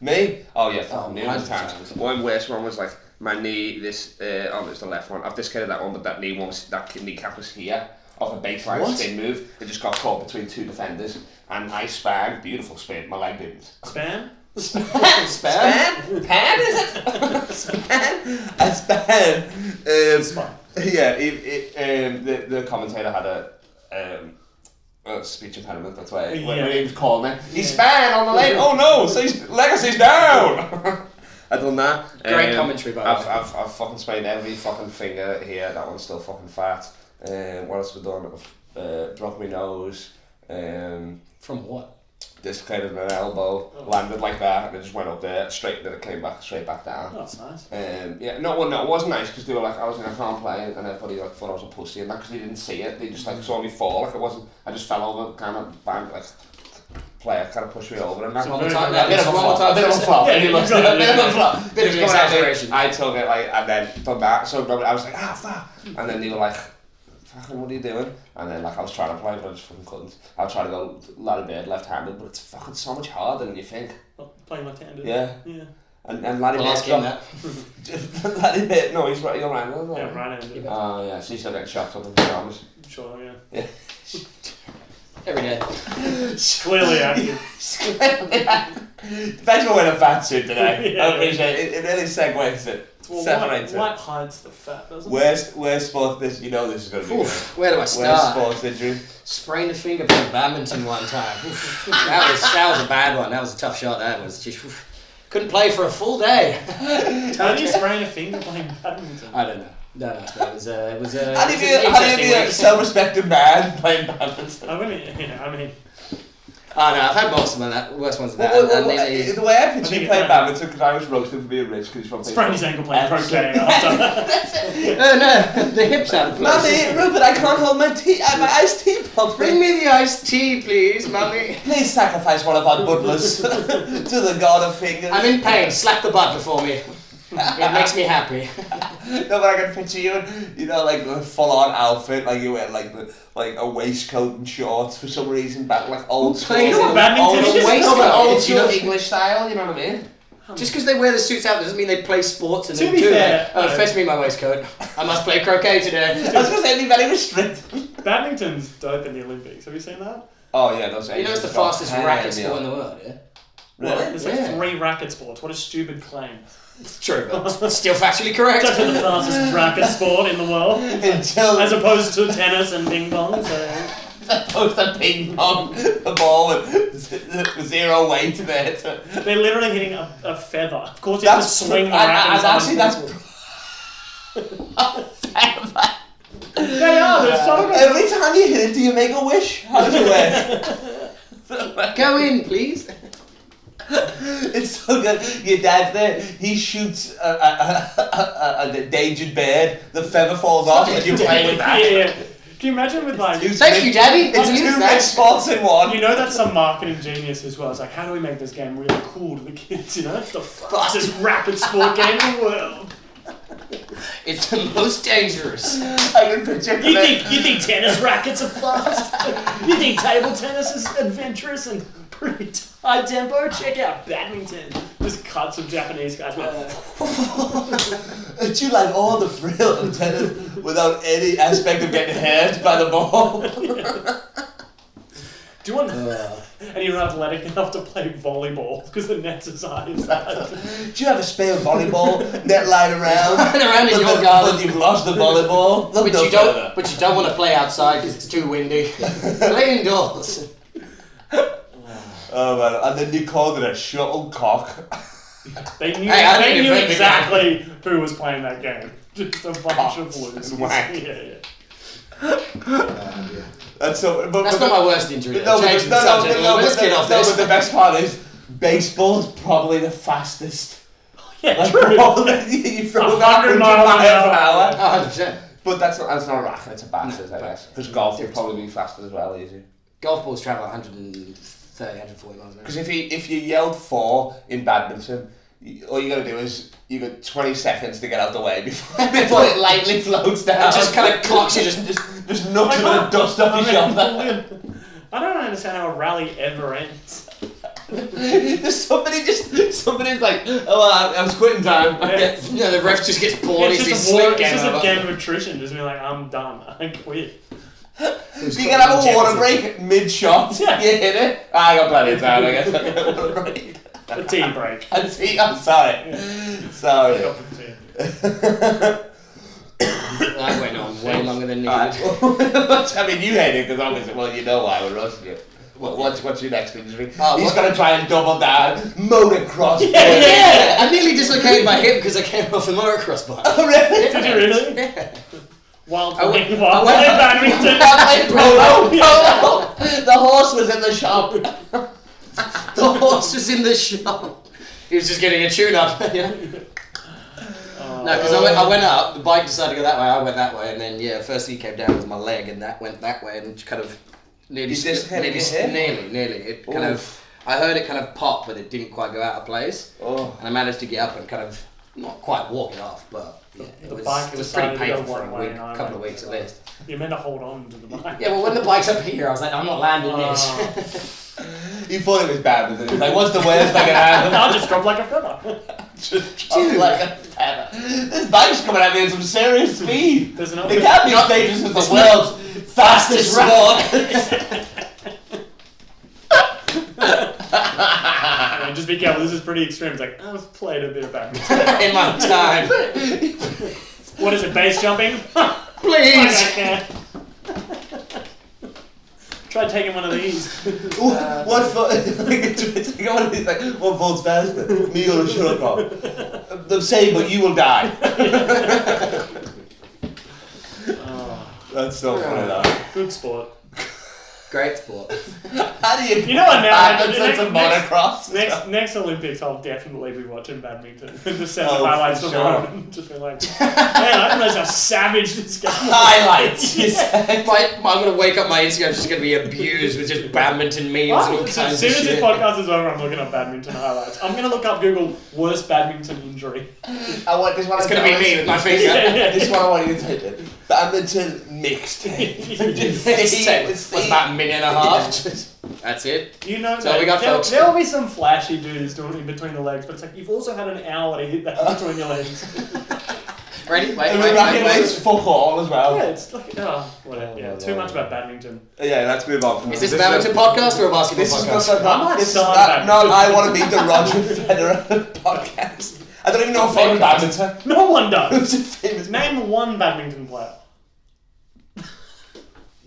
S2: Me? Oh yeah,
S3: Oh,
S2: fucking numerous
S3: 100%.
S2: times. One worst one was like my knee. This uh, oh, it was the left one. I've discarded that one, but that knee one, was, that kneecap was here off a baseline
S3: What?
S2: spin move. It just got caught between two defenders, and I spanned. Beautiful spin. My leg didn't.
S4: Spam?
S2: Span? Pan is it? span? I span. Um, Yeah, it, it, um, the, the commentator had a, um, a speech impediment, that's why when, when
S4: Yeah.
S2: he was calling it. He
S4: Yeah.
S2: span on the lane. Oh no, so he's, Legacy's down! I done that. Um,
S3: Great commentary, by the
S2: I've,
S3: way.
S2: I've, I've fucking sprained every fucking finger here. That one's still fucking fat. Um, what else have I done? I've uh, broke my nose. Um,
S3: From what?
S2: dislocated my elbow, landed like that, and it just went up there, straight, then it came back, straight back
S4: Oh,
S2: down.
S4: that's nice.
S2: Um, yeah, no, well, no, it was nice because they were like, I was in a can't play, and everybody like thought I was a pussy, and that because they didn't see it, they just like saw me fall, like I wasn't, I just fell over, kind of bang, like player kind of pushed me over, and that.
S3: One
S4: very
S3: more
S4: nice.
S3: time, that
S2: A bit of a
S3: one more
S2: flop, a
S3: time.
S2: bit of a flop,
S4: Yeah,
S2: and he
S4: you
S2: looked-
S4: got it,
S2: a bit of
S4: yeah.
S2: a flop, bit of
S3: Bit
S2: an
S3: of
S2: exaggeration.
S3: exaggeration.
S2: I took it like, and then done that, so I was like, ah, fuck, and then they were like, fucking what are you doing? And then like I was trying to play, but I just fucking couldn't. I was trying to go Larry Bird left-handed, but it's fucking so much harder than you think.
S4: Oh, Playing left handed.
S2: Yeah.
S4: Yeah.
S2: And, and Larry
S3: The last
S2: Bird's
S3: game
S2: got...
S3: that.
S2: Larry Bird, no, he's right, you're right. no, no.
S4: Yeah, right handed.
S2: Oh, yeah, so he's still getting shocked up in pyjamas.
S4: Sure, yeah.
S3: Every day.
S4: Clearly active.
S2: Depends on when a fat suit today.
S4: Yeah.
S2: I appreciate it. It really segues it.
S4: Well,
S2: separates it.
S4: white, white hides the fat, doesn't it?
S2: Worst, worst sport this, you know this is going to be. Worst
S3: Oof, where do I start?
S2: sports injury.
S3: Sprained a finger playing badminton one time. Oof, that was that was a bad one. That was a tough shot. That was just oof. couldn't play for a full day.
S4: How do you sprain a finger playing badminton?
S3: I don't know. No, no, that was uh, it was uh,
S2: How do
S3: it
S2: you
S3: was an
S2: be, how do
S3: interesting
S2: you be a
S3: week.
S2: self-respected man playing badminton?
S4: I wouldn't, yeah, I mean,
S3: Oh no, I've had worse than that. Worse ones than that.
S2: Well, well,
S3: And
S2: well,
S3: then-
S2: Uh, the way I
S4: I
S2: picture
S4: think
S2: you
S4: it-
S2: playing badminton because I was roasted for being rich because he's from
S4: sprain his ankle playing croquet after.
S3: oh no, the hips out of place.
S2: Mummy, Rupert, I can't hold my tea, uh, my iced tea pump.
S3: Bring me the iced tea, please, mummy.
S2: Please sacrifice one of our butlers to the god of fingers.
S3: I'm in pain. Slap the butler for me. It makes me happy.
S2: No, but I can picture you in, you know, like the full-on outfit, like you wear like the like a waistcoat and shorts for some reason, back like old school.
S3: plays
S2: old,
S4: in
S2: old,
S4: badminton? It's
S3: just
S2: no, but
S3: waistcoat,
S2: old
S3: it's
S2: school
S3: not-
S2: English style. You know what I mean?
S3: Just because they wear the suits out doesn't mean they play sports and
S4: To
S3: they
S4: be
S3: do
S4: fair,
S3: that. Oh,
S4: no.
S3: fetch me my waistcoat. I must play croquet today.
S2: I was gonna say it'd be very restricted.
S4: Badminton's dope in the Olympics. Have you seen that?
S2: Oh yeah, that's
S3: You know it's the fastest racket sport in the world, yeah?
S2: Really?
S4: There's like
S3: Yeah.
S4: three racket sports. What a stupid claim.
S3: It's true, but it's still factually correct.
S4: Such the fastest racket sport in the world.
S2: Until
S4: As opposed to tennis and ping pong. So.
S2: post a ping pong, the ball with z- z- zero weight there. To,
S4: They're literally hitting a, a feather. Of course, you have to swing the
S2: I- I-
S4: racket.
S2: I-
S4: as hard
S2: actually
S4: as
S2: that's.
S4: possible. They are. They're so good.
S2: Every time you hit it, do you make a wish? How do you wear?
S3: Go in, please.
S2: It's so good. Your dad's there. He shoots a, a, a, a, a endangered bird. The feather falls off, and you play with
S4: Yeah,
S2: that.
S4: yeah. Can you imagine with like.
S2: It's
S3: Thank
S2: two-
S3: you, Daddy.
S2: It's
S3: I'll use
S2: two
S3: that.
S2: red spots in one.
S4: You know that's some marketing genius as well. It's like, how do we make this game really cool to the kids? You know, it's the fastest rapid sport game in the world.
S3: It's the most dangerous.
S2: I can picture
S4: You
S2: that.
S4: think you think tennis rackets are fast? You think table tennis is adventurous and pretty high tempo? Check out badminton. Just cuts of Japanese guys.
S2: Uh, But you like all the thrill of tennis without any aspect of getting hurt by the ball.
S4: Do you want?
S2: uh.
S4: and you're athletic enough to play volleyball because the nets is high as that.
S2: Do you have a spare volleyball net lying around?
S3: Run around in
S2: But,
S3: your
S2: the-
S3: garden.
S2: but you've lost the volleyball. Look
S3: But
S2: no
S3: you don't.
S2: further.
S3: But you don't want to play outside because it's too windy. play indoors.
S2: Oh man! And then you called it a shuttlecock.
S4: They knew,
S3: Hey, I
S4: they
S3: think
S4: knew
S3: it's a big
S4: exactly who was playing that game. Just a bunch of losers.
S2: Oh, whack.
S4: Yeah, yeah.
S2: That's so. But,
S3: That's
S2: but-
S3: not my worst injury.
S2: No,
S3: No,
S2: but,
S3: Change
S2: the-
S3: the
S2: no, no,
S3: subject.
S2: but- no,
S3: Let's
S2: but,
S3: get off
S2: no,
S3: this.
S2: but the best part is baseball's probably the fastest.
S4: Yeah,
S2: Like, oh,
S4: true.
S2: ball, you throw
S4: 100
S2: about 100
S4: miles
S2: miles an hour.
S3: Oh, 100%.
S2: But that's not, that's not a racket, it's a bat, is I guess. Because golf would probably be faster as well, easy.
S3: Golf balls travel 130, 140 miles an hour.
S2: Because if you, if you yelled four in badminton, you, all you got to do is you got 20 seconds to get out the way before, before it lightly floats down.
S3: It just kind of clocks you. Just
S2: just, just knocks you with the dust off your shoulder.
S4: I don't understand how a rally ever ends.
S2: There's somebody just, somebody's like, oh, well, I, I was quitting time. I
S4: Yeah.
S2: guess."
S3: you know, the ref just gets bored.
S4: it's
S3: he's
S4: just,
S3: he's
S4: a, war,
S3: slick
S4: it's just
S3: over.
S4: a game of attrition. Just being like, I'm done. I quit.
S2: So you can have a water break mid shot.
S4: Yeah.
S2: You hit it. Ah, I got plenty of time, I guess. I got a water break.
S4: A tea break.
S2: And see, I'm sorry.
S4: A
S2: Sorry.
S4: cup of tea.
S3: That went on way longer than
S2: Alright.
S3: needed.
S2: I mean, you hate it because obviously, well, you know why we're rushing you. What, what's, what's your next injury?
S3: Oh,
S2: He's
S3: what-
S2: going to try and double down. Motocross.
S4: Yeah,
S3: Yeah, I nearly dislocated my hip because I came off the motocross bike.
S2: Oh, really?
S4: Did you really?
S3: Yeah.
S4: While
S3: I went-
S4: playing, while
S3: I went-
S4: playing badminton.
S2: I played polo. polo. The horse was in the shop.
S3: The horse was in the shop. He was just getting a tune up. yeah.
S4: Oh,
S3: No, because I, went, I went up, the bike decided to go that way, I went that way, and then, yeah, first he came down with my leg, and that went that way, and kind of nearly.
S2: You just hit
S3: nearly,
S2: your head?
S3: nearly, nearly. It kind
S2: Oof.
S3: of. I heard it kind of pop, but it didn't quite go out of place,
S2: Oh.
S3: and I managed to get up and kind of not quite walk it off, but. Yeah, it
S4: the
S3: was,
S4: bike
S3: it was pretty
S4: decided to go
S3: painful for
S4: one
S3: a
S4: way
S3: week,
S4: and I
S3: couple of
S4: went
S3: weeks
S4: the
S3: at
S4: other.
S3: least.
S4: You're meant to hold on to the bike.
S3: Yeah, well, when the bike's up here, I was like, I'm not landing
S4: Oh.
S3: this.
S2: He thought it was bad, but he was like, what's the worst I can have?
S4: I'll just drop like a feather.
S2: Just
S3: Dude.
S2: Dude. like a feather. This bike's coming at me at some serious speed.
S4: There's another.
S2: The Gabby Stages is the world's fastest
S3: Fastest ride.
S2: sport.
S4: Yeah, just be careful. This is pretty extreme. It's like I've played a bit of badminton.
S3: in my time.
S4: what is it? Base jumping?
S3: Please.
S4: Okay. Try taking one of these.
S2: What- What for? Take one of these, like, what falls faster? Me or a sugarcane? The same, but you will die.
S4: Oh,
S2: That's not funny, though.
S4: good sport.
S3: Great sport.
S2: How do you.
S4: You know what, now,
S2: Badminton's
S4: next-
S2: a monocross.
S4: Next next Olympics, I'll definitely be watching badminton. just send
S2: Oh,
S4: the highlights
S2: for
S4: of
S2: sure.
S4: it and just be like, man, I realize how savage this guy.
S2: Highlights. you said.
S3: My, my, I'm gonna wake up. My Instagram's just gonna be abused with just badminton memes and all
S4: What?
S3: kinds
S4: As
S3: of
S4: soon as
S3: shit.
S4: this podcast is over, I'm looking up badminton highlights. I'm gonna look up Google worst badminton injury.
S2: I want this one.
S3: It's gonna be me with my finger.
S2: This one I want you to take it. Badminton mixed.
S3: This tape was about a minute and a half. That's it.
S4: You know,
S3: So we got
S4: there,
S3: folks.
S4: there will be some flashy dudes doing it in between the legs, but it's like you've also had an hour to hit that between your legs.
S3: Ready?
S2: And
S3: Wait, wait,
S2: the
S3: wait,
S2: racket
S3: wait.
S2: was fuck all as well.
S4: yeah,
S2: Yeah,
S4: it's like oh, whatever. Yeah,
S2: Oh,
S4: too
S2: Lord.
S4: much about badminton.
S2: let's move on from
S3: Is this a badminton podcast or a basketball
S2: This is not
S3: podcast?
S2: like
S4: I might
S2: that. This is
S4: start
S2: not,
S4: badminton.
S2: not I want to be the Roger Federer podcast. I don't even know if I'm
S3: Podcast.
S2: badminton.
S4: No one does.
S2: Who's a famous man?
S4: Name one badminton player.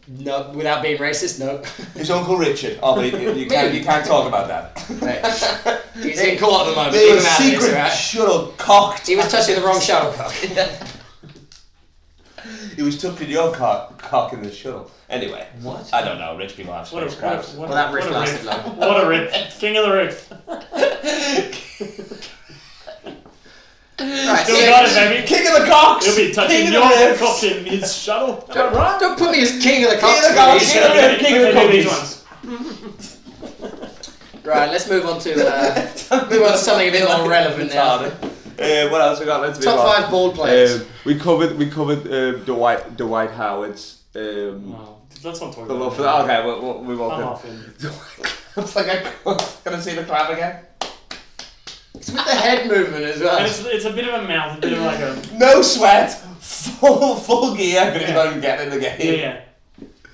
S3: no, without being racist, no.
S2: His Uncle Richard. Oh, but you, you, can't, you can't talk about that.
S3: Mate, He's in court at the moment.
S2: They were
S3: Even that is
S2: secret
S3: alright.
S2: shuttlecocked.
S3: He was touching the wrong shuttlecock.
S2: He was tucking your cock, cock in the shuttle. Anyway.
S3: What?
S2: I don't know. Rich people have
S4: What a, what, a-
S2: spacecrafts.
S4: what,
S3: Well,
S4: a-
S3: that
S4: what
S3: riff
S4: a
S3: lasted
S4: riff.
S3: long.
S4: What a riff. King of the riff.
S3: Right,
S4: Still
S3: so-
S4: got it, baby.
S2: King of the cocks.
S4: He'll be touching
S2: King of the
S4: your
S2: rifts.
S4: cock in his shuttle. Am I right?
S3: Don't put me as king of the
S2: King of the
S3: cops.
S2: King of the
S3: please.
S2: Cops. King of the
S4: Okay, these
S2: cockies.
S4: ones.
S3: Right, let's move on to uh, move on to something a bit more relevant now.
S2: Uh, what else we got? Let's move
S3: Top
S2: on.
S3: five ball players.
S2: Um, we covered we covered um, Dwight Dwight Howard's um,
S4: No, let's not talk
S2: the
S4: about
S2: love for
S4: that.
S2: that. Okay, we, we, we won't.
S4: Oh. I'm
S2: do-
S4: off him.
S2: it's like I gonna see the clap again.
S3: It's with the head movement as
S4: And
S3: well.
S4: it's, it's a bit of a mouth, a bit of like a.
S2: No sweat, full full gear. Gonna
S4: Yeah.
S2: go and get in the
S4: Yeah,
S2: game.
S4: yeah.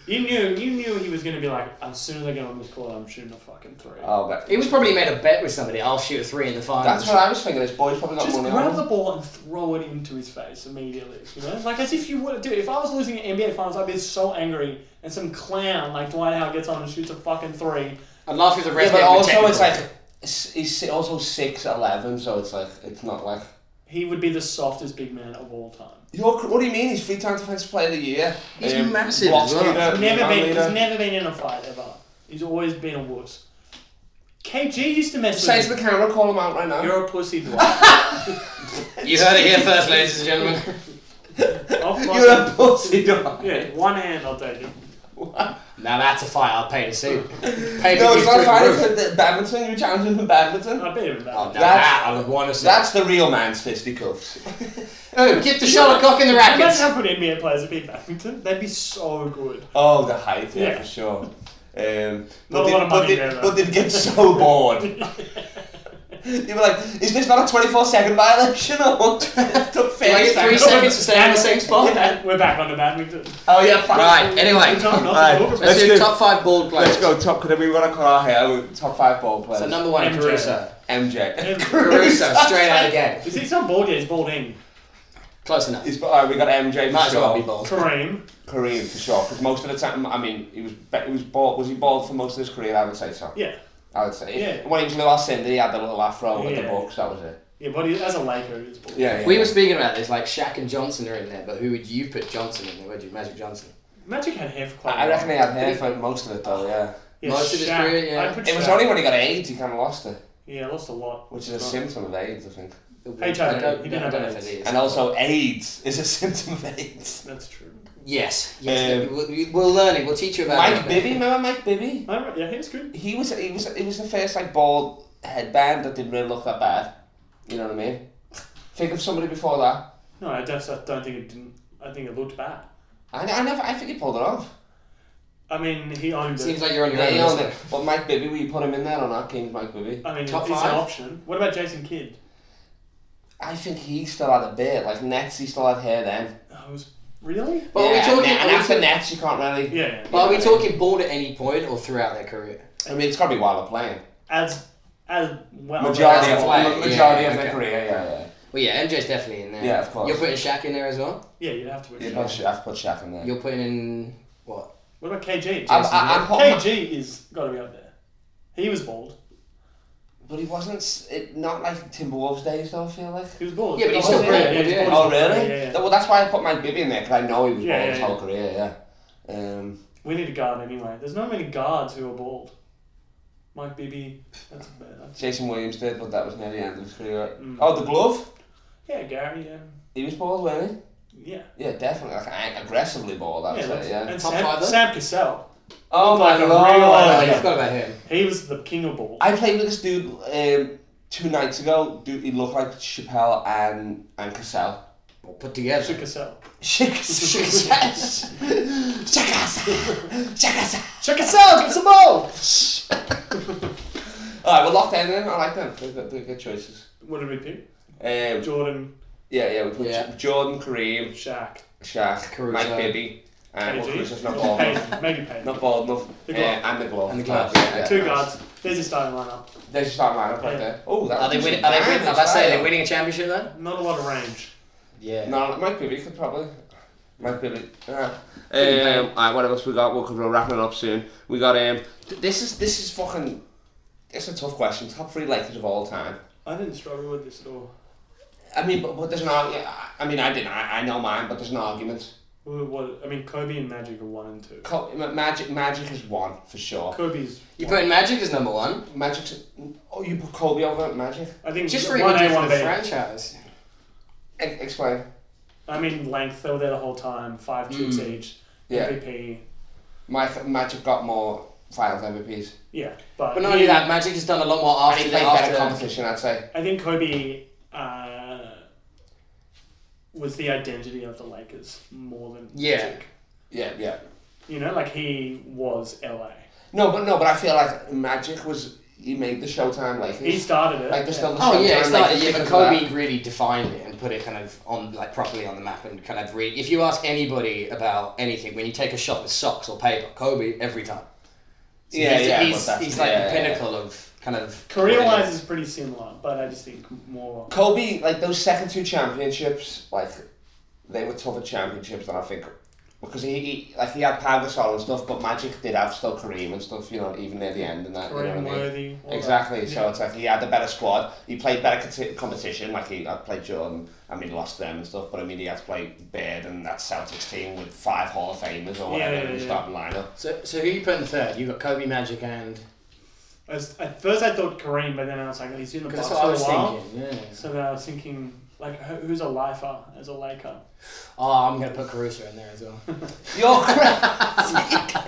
S4: You knew, you knew he was gonna be like, as soon as I get on this court, I'm shooting a fucking three.
S2: Oh, but
S3: He was probably made a bet with somebody. I'll shoot a three in the final.
S2: that's what I was thinking. This boy's probably got
S4: Just
S2: money
S4: grab
S2: on.
S4: the ball and throw it into his face immediately. You know, like as if you would do. If I was losing an NBA finals, I'd be so angry. And some clown like Dwight Howard gets on and shoots a fucking three.
S3: I'd laugh if the
S2: Yeah,
S3: ref
S2: but
S3: gave him a
S2: also it's
S3: technical.
S2: like s- he's si- also six eleven, so it's like it's not like.
S4: He would be the softest big man of all time.
S2: You're, cr- what do you mean? He's three time defensive player of the year.
S3: He's massive
S2: block
S3: as well.
S2: leader,
S4: Never
S2: rebound
S4: been.
S2: leader.
S4: He's never been in a fight ever. He's always been a wuss. KG used to mess
S2: Say
S4: with
S2: to
S4: him.
S2: the camera, call him out right now.
S4: You're a pussy, Dwight.
S3: You heard it here first, ladies and gentlemen.
S4: I'll fucking-
S2: You're a pussy dog.
S4: Yeah, one hand I'll take it.
S3: Now that's a fight I'll pay to see. Pay
S2: No, it's not fine.
S3: fine.
S2: It's
S3: Oh,
S2: the- the badminton. You're challenging for badminton.
S4: I beat him that.
S3: now
S2: That's-
S3: that I would want to see.
S2: That's the real man's fisticuffs.
S3: Oh, get the shuttlecock in the rackets.
S4: Imagine how good NBA players would be badminton. They'd be so good.
S2: Oh, the height, yeah,
S4: Yeah.
S2: for sure. Um,
S4: Not
S2: but
S4: a lot
S2: they,
S4: of
S2: but,
S4: money
S2: they,
S4: there, though.
S2: but they'd get so bored. they were like, "Is this not a 24 second violation or what?" Took
S3: Do I
S2: fair
S3: get three
S2: seconds.
S3: seconds to stay in the same spot?
S4: We're back on the badminton.
S2: Oh yeah, fuck.
S3: Right, anyway.
S4: It's not- not
S2: Alright,
S4: over.
S2: Let's
S3: Let's do
S2: do-
S3: top five ball players.
S2: Let's go top. Could we want to call our hair top five ball players?
S3: So number one,
S4: MJ.
S3: Caruso.
S2: MJ.
S3: Caruso, straight out again.
S4: Is he some bald yet? He's balding.
S3: Close enough.
S2: He's, all right, we got MJ for
S3: Might as
S2: sure.
S3: well be bald.
S4: Kareem.
S2: Kareem for sure, because most of the time, I mean, he was be- he was bald. Was he bald for most of his career? I would say so.
S4: Yeah.
S2: I would say.
S4: Yeah.
S2: When he was with us, in he had the little afro with the
S4: Yeah.
S2: Bucks. That was it.
S4: Yeah, but he, as a Laker, he's bald.
S2: Yeah. yeah.
S3: We were speaking about this, like Shaq and Johnson are in there, but who would you put Johnson in there? Where'd you Magic Johnson?
S4: Magic had hair for quite
S2: I I
S4: a
S2: reckon
S4: while.
S2: he had hair for most of it though. Yeah.
S4: Yeah,
S3: most of his
S4: Shaq.
S3: career, yeah.
S4: I'd put
S2: It was
S4: Shaq.
S2: only when he got AIDS he kind of lost it,
S4: Yeah, lost a lot.
S2: which is a symptom of AIDS, I think.
S4: HIV,
S3: I don't,
S4: he didn't
S3: I don't know
S4: have
S3: if it
S4: AIDS.
S3: is.
S2: And also, AIDS is a symptom of AIDS.
S4: That's true.
S3: Yes, yes.
S2: Um,
S3: we'll, we- we'll learn it. We'll teach you about
S2: Mike
S3: it.
S2: Bibby, remember Mike Bibby?
S4: I re- yeah, he was good.
S2: He was he was he was the first like bald headband that didn't really look that bad. You know what I mean? Think of somebody before that.
S4: No, I just I don't think it didn't. I think it looked bad.
S2: I, I never I think he pulled it off.
S4: I mean, he owned
S3: Seems
S4: it.
S3: like you're on your
S2: Yeah,
S3: own.
S2: he owned
S3: isn't
S2: it. But Mike Bibby, will you put him in there or not? King's Mike Bibby.
S4: I mean,
S3: Top
S4: it's
S3: five?
S4: an option. What about Jason Kidd?
S2: I think he still had a beard. Like Nets, he still had hair then.
S4: I was really.
S3: But
S2: yeah,
S3: are we talking?
S2: and
S3: are we
S2: after
S3: talking-
S2: Nets, you can't really.
S4: Yeah.
S3: but are we talking bald at any point or throughout their career?
S2: I mean, it's got to be while they're playing.
S4: As as well.
S2: Majority of
S3: that's why,
S2: ma-
S3: yeah,
S2: majority of
S3: okay.
S2: their career, yeah, yeah.
S3: Well, yeah, MJ's definitely in there.
S2: Yeah, of course.
S3: You're putting Shaq in there as well.
S4: Yeah, you'd have to.
S2: You
S4: Yeah.
S2: put Sha- I've put Shaq in there.
S3: You're putting in what?
S4: What about KG?
S2: I'm, I, I'm putting,
S4: KG is got to be up there. He was bald.
S2: but he wasn't. s- It, not like Timberwolves days though. I feel like.
S4: He was bald.
S3: Yeah, but he's
S2: still
S4: yeah,
S3: brilliant,
S4: yeah, he's
S3: yeah.
S4: bald.
S2: Oh really?
S4: Yeah, yeah.
S2: Well, that's why I put my Bibby in there because I know he was
S4: Yeah,
S2: bald his
S4: yeah,
S2: whole career. Yeah. Um,
S4: We need a guard anyway. There's not many guards who are bald. Mike Bibby. That's better.
S2: Jason Williams did, but that was near the end of his career.
S4: Mm.
S2: Oh, the glove.
S4: Yeah, Gary. Yeah.
S2: He was bald, wasn't he?
S4: Yeah.
S2: Yeah, definitely. Like, I- aggressively bald, I would say,
S4: yeah, that's-
S2: yeah.
S4: And
S3: Top
S4: Sam,
S3: fiver?
S4: Sam Cassell.
S2: Oh my
S4: like a
S2: lord.
S4: real-
S3: Oh,
S4: yeah.
S3: you forgot about him.
S4: He was the king of bald.
S2: I played with this dude um, two nights ago. Dude, he looked like Chappelle and, and Cassell.
S3: Well, put together.
S4: Shook Cassell.
S2: Shakasa! Shakasa!
S4: Shook
S2: Cassell, give us a ball! Alright, we're locked in then. I like them. They're good, they're good choices.
S4: What did we pick?
S2: Um,
S4: Jordan,
S2: yeah, yeah, we put
S3: Yeah.
S2: J- Jordan, Kareem,
S4: Shaq,
S2: Shaq,
S3: Caruso.
S2: Mike Bibby, and well,
S4: KG.
S2: Caruso's not bald enough.
S4: Payton, maybe Payton.
S2: Not bald enough.
S4: The
S2: Uh,
S4: glove.
S2: and the glove.
S3: And the glove.
S2: Yeah, yeah,
S4: Two
S2: nice.
S4: guards. There's your starting lineup.
S2: There's your starting lineup right
S4: Yeah.
S2: there. Oh, that
S3: Are they
S2: was
S3: winning?
S2: some
S3: Are they winning?
S2: damage
S3: I'm about to say, are
S2: style.
S3: they winning a championship though?
S4: Not a lot of range.
S3: Yeah.
S2: No, Mike Bibby could probably. Mike Bibby. Yeah. Um, alright, what else we got? We'll, we're wrapping it up soon. We got um. th- This is this is fucking. It's a tough question. Top three Lakers of all time.
S4: I didn't struggle with this at all.
S2: I mean, but, but there's an argument. I mean, I didn't. I, I know mine, but there's an argument.
S4: Who- What, I mean, Kobe and Magic are one and two.
S2: Co- Ma- Magic Magic is one for sure.
S4: Kobe's.
S3: You
S4: one.
S3: putting Magic as number one?
S2: Magic's. Oh, you put Kobe over Magic.
S4: I think
S3: Just for
S4: one
S3: even
S4: A, one
S3: different
S4: B.
S3: franchise.
S2: E- explain.
S4: I mean, length. They were there the whole time. Five chips
S3: Mm.
S4: each.
S2: Hmm. Yeah.
S4: MVP.
S2: Mike Magic got more Finals MVPs.
S4: Yeah, but,
S3: But not
S4: he-
S3: only that, Magic has done a lot more
S2: And
S3: after
S2: he
S3: the
S2: played better
S3: after.
S2: competition, I'd say.
S4: I think Kobe uh, was the identity of the Lakers more than
S3: Yeah.
S4: Magic.
S2: Yeah, yeah.
S4: You know, like he was LA.
S2: No, but no, but I feel like Magic was he made the Showtime Lakers.
S4: He started it.
S2: like they're still the
S3: Oh
S2: Showtime
S3: yeah, it's like
S2: Lakers
S3: yeah, but
S2: because of
S3: Kobe really defined it and put it kind of on like properly on the map and kind of re. If you ask anybody about anything, when you take a shot with socks or paper, Kobe every time. So
S2: Yeah,
S3: he's,
S2: yeah, but
S3: He's,
S2: that's-
S3: he's like
S2: yeah,
S3: the
S2: yeah, yeah.
S3: pinnacle of kind of
S4: Career wise is pretty similar, but I just think more.
S2: that. Kobe, like those second two championships, like they were tougher championships than I think because he, he like he had Pau Gasol and stuff, but Magic did have still Kareem and stuff, you know, even near the end and that. you know
S4: Kareem
S2: what I mean?
S4: Worthy. all that.
S2: Exactly. So
S4: Yeah.
S2: it's like he had a better squad. He played better conti- competition. Like he I played Jordan. I mean, lost them and stuff. But I mean, he had to play Baird and that Celtics team with five Hall of Famers or
S4: Yeah,
S2: whatever
S4: yeah,
S2: in the
S4: yeah.
S2: starting lineup.
S3: So, so who you put in third? You got Kobe, Magic, and
S4: I was- at first I thought Kareem, but then I was like, he's in the
S3: because
S4: box
S3: that's
S4: for
S3: what I
S4: a
S3: was
S4: while.
S3: thinking. Yeah.
S4: So then I was thinking, like, who- who's a lifer as a Laker?
S3: Oh, I'm gonna put Caruso in there as well.
S2: You're correct.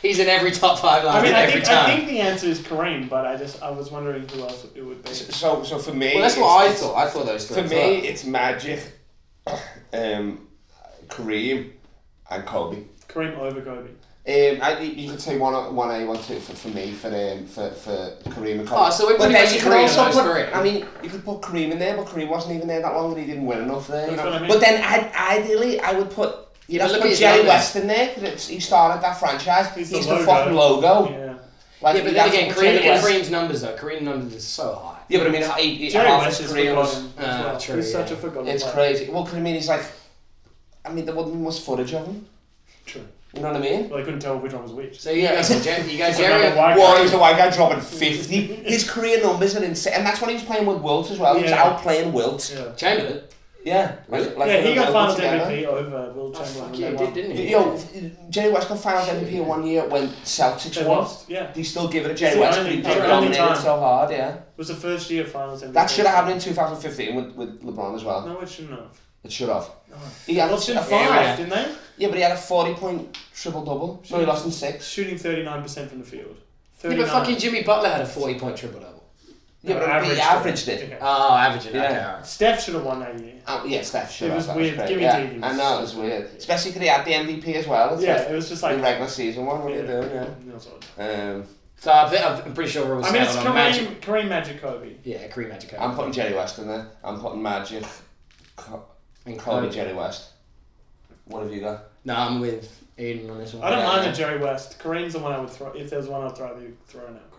S3: He's in every top five line
S4: I mean, I
S3: every
S4: think,
S3: time.
S4: I think the answer is Kareem, but I just I was wondering who else it would be.
S2: so so for me,
S3: well, that's
S2: it's-
S3: what I
S2: it's-
S3: thought. I thought those three.
S2: For me, it's Magic, um, Kareem, and Kobe. Um,
S4: Kareem over Kobe.
S2: I, you- you could say one o- one A, one two for, for me for um, for for Kareem and Kobe.
S3: Oh, so we're
S2: but
S3: pretty
S2: then
S3: much
S2: you could
S3: agreeing
S2: also
S3: on those
S2: put,
S3: three.
S2: I mean, you could put Kareem in there, but Kareem wasn't even there that long, and he didn't win enough there. You
S4: That's
S2: know?
S4: what I mean.
S2: But then I, ideally, I would put. You
S3: Yeah,
S2: have
S3: but
S2: to
S3: look at
S2: put
S3: his
S2: Jerry
S3: numbers.
S2: West in there because he started that franchise.
S4: He's
S2: He's, the,
S4: the logo.
S2: fucking logo.
S4: Yeah.
S2: Like,
S3: yeah,
S2: you'd
S3: but then
S2: have to
S3: again,
S2: put Jerry
S3: Kareem,
S2: West-
S3: Kareem's numbers though. Kareem numbers is so high.
S2: Yeah, but I mean, he, he,
S4: Jerry
S2: half
S4: West
S2: his
S4: is
S2: career
S4: forgotten.
S2: was- uh,
S4: as
S3: Ah,
S4: well.
S3: true,
S4: he's such
S3: yeah.
S4: a forgotten
S2: It's
S4: player.
S2: crazy. Well, 'cause I mean, he's like, I mean, there wasn't much footage of him.
S4: True.
S2: You know what I mean?
S4: Well, they couldn't tell which one was which.
S3: So you
S2: Yeah.
S3: guys, you guys,
S4: Just another
S3: Jerry.
S4: white
S2: Well,
S4: guy.
S2: he's a white guy dropping 50. His career numbers are insane. And that's when he was playing with Wilt as well. He was
S4: Yeah.
S2: out playing Wilt.
S4: Yeah.
S3: Chamberlain.
S2: Yeah.
S3: Really?
S4: yeah, he
S2: they were
S4: got Finals
S2: together.
S4: MVP over Will
S3: Oh,
S4: Chamberlain.
S3: fuck
S4: when
S3: yeah, he
S4: they won.
S3: did, didn't he?
S2: Yo, Jerry West got Finals MVP in one year when Celtics
S4: They
S2: won.
S4: lost. Yeah, it
S2: They still give it to Jerry
S4: the
S2: West.
S4: only-
S2: He
S4: it's the only
S2: dominated
S4: time.
S2: so hard, yeah.
S4: was the first year of Finals MVP.
S2: That should have happened in 2015 with, with LeBron as well.
S4: No, it shouldn't have.
S2: It should have.
S4: No.
S2: He had
S4: Lost in
S2: a
S4: five,
S2: yeah,
S4: didn't they?
S2: but he had a 40 point triple double. No, he lost in six.
S4: Shooting thirty nine percent from the field.
S3: Yeah,
S4: 39.
S3: but fucking Jimmy Butler had a forty-point triple double.
S2: Yeah,
S4: No,
S2: but he averaged it.
S4: Okay.
S3: Oh, averaging.
S2: Yeah.
S3: Okay, all right.
S4: Steph should have won that year.
S2: Oh, yeah, Steph should
S4: It
S2: have.
S4: was
S2: that
S4: weird.
S2: great.
S4: Give me
S2: yeah,
S4: Davies.
S2: I know, it was weird. Especially because he had the MVP as well. It's
S4: Yeah,
S2: like,
S4: it was just
S2: the
S4: like.
S2: regular season one, what are you doing, yeah.
S4: That was odd.
S2: Um,
S3: So I think, I'm pretty sure we're all
S4: I mean, it's
S3: settled on Magic.
S4: Kareem, Kareem Magic Kobe.
S3: Yeah, Kareem Magic. Kobe.
S2: I'm putting Jerry West in there. I'm putting Magic, Co-
S3: and
S2: Kobe,
S3: Kobe.
S2: Jerry West. What have you got?
S3: No, I'm with Aiden on this one.
S4: I don't
S2: Yeah,
S4: mind
S2: yeah.
S4: the Jerry West. Kareem's the one I would throw. If there's one I'd throw, you throw in out Kareem.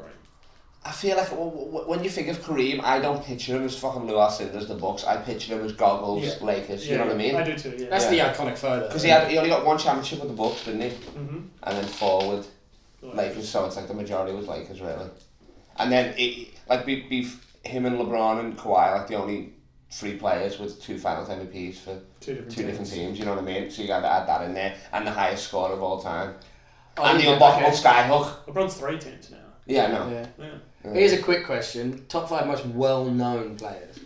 S2: I feel like w- w- when you think of Kareem, I don't picture him as fucking Lou Alcinder's the Bucks. I picture him as goggles,
S4: Yeah.
S2: Lakers. You know what I
S4: I
S2: mean?
S4: do too. Yeah.
S3: That's the iconic photo.
S2: Because he had he only got one championship with the Bucks, didn't he?
S4: Mm-hmm.
S2: And then forward
S4: Like,
S2: Lakers. So it's like the majority was Lakers really. And then it like be, be him and LeBron and Kawhi like the only three players with two Finals MVPs for
S4: two different.
S2: two
S4: teams.
S2: different teams. You know what I mean? So you got to add that in there and the highest score of all time
S3: Oh,
S2: and the
S3: yeah,
S2: unblockable
S3: okay.
S2: skyhook.
S4: LeBron's three teams now.
S2: Yeah, no.
S3: Yeah.
S4: Yeah.
S2: Yeah.
S3: Here's a quick question: Top five most well-known players.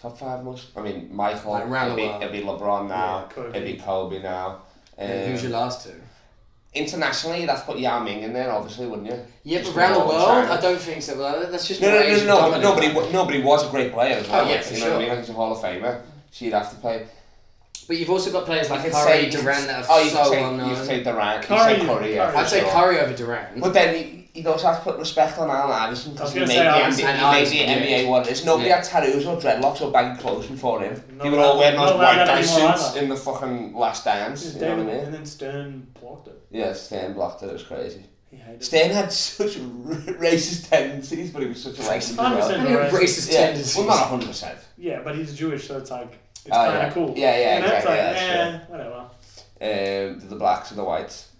S2: Top five most. I mean, Michael.
S3: Like,
S2: it'd,
S3: around the
S2: be,
S3: world.
S2: it'd be LeBron now.
S4: Yeah, Kobe.
S2: It'd be Kobe now.
S3: And who's your
S2: Um,
S3: last two?
S2: internationally, that's put Yao Ming in there, obviously, wouldn't you?
S3: Yeah, but
S2: Just
S3: around the
S2: all
S3: world,
S2: time.
S3: I don't think so. Like, that's just
S2: No,
S3: more
S2: no, no,
S3: Asian
S2: no,
S3: dominant.
S2: Nobody, wa- nobody was a great player as well.
S3: Oh, yeah,
S2: like,
S3: for
S2: you know what I
S3: sure.
S2: mean? Like, he's a Hall of Famer. So you'd have to play.
S3: But you've also got players like
S2: you could
S3: Curry,
S2: you could-
S3: Durant that are
S2: oh, you could say-
S3: so well
S2: You could
S3: known.
S2: say Durant.
S4: Curry,
S2: you could say Curry. Yeah,
S4: Curry.
S2: for
S3: I'd say
S2: sure.
S3: Curry over Durant.
S2: But then you, you'd also have to put respect on Allen Iverson because
S4: was
S2: he
S4: gonna
S2: made the,
S4: say
S2: NBA, he
S4: Iverson.
S2: made
S3: And
S2: the
S3: Iverson, yeah.
S2: NBA what it is. Nobody
S3: Yeah.
S2: had tattoos or dreadlocks or baggy clothes before him.
S4: No,
S2: they were all wearing
S4: no,
S2: those
S4: no,
S2: white
S4: no,
S2: dye
S4: no,
S2: suits
S4: no.
S2: in the fucking last
S4: This
S2: dance.
S4: is
S2: You know what I
S4: David,
S2: mean?
S4: and then Stern blocked it.
S2: Yeah, Stan blocked it. It was crazy.
S4: He hated it.
S2: Stan had such r- racist tendencies, but he was such a racist. as well.
S4: 100%.
S3: And he had
S4: Durant.
S3: racist
S2: Yeah.
S3: tendencies.
S2: Well, not hundred percent.
S4: Yeah, but he's Jewish, so it's like
S2: Oh,
S4: it's kind of
S2: yeah.
S4: cool.
S2: Yeah, yeah,
S4: You know, it's
S2: exactly,
S4: like,
S2: yeah, that's
S4: eh, whatever.
S2: Um, the blacks and the whites.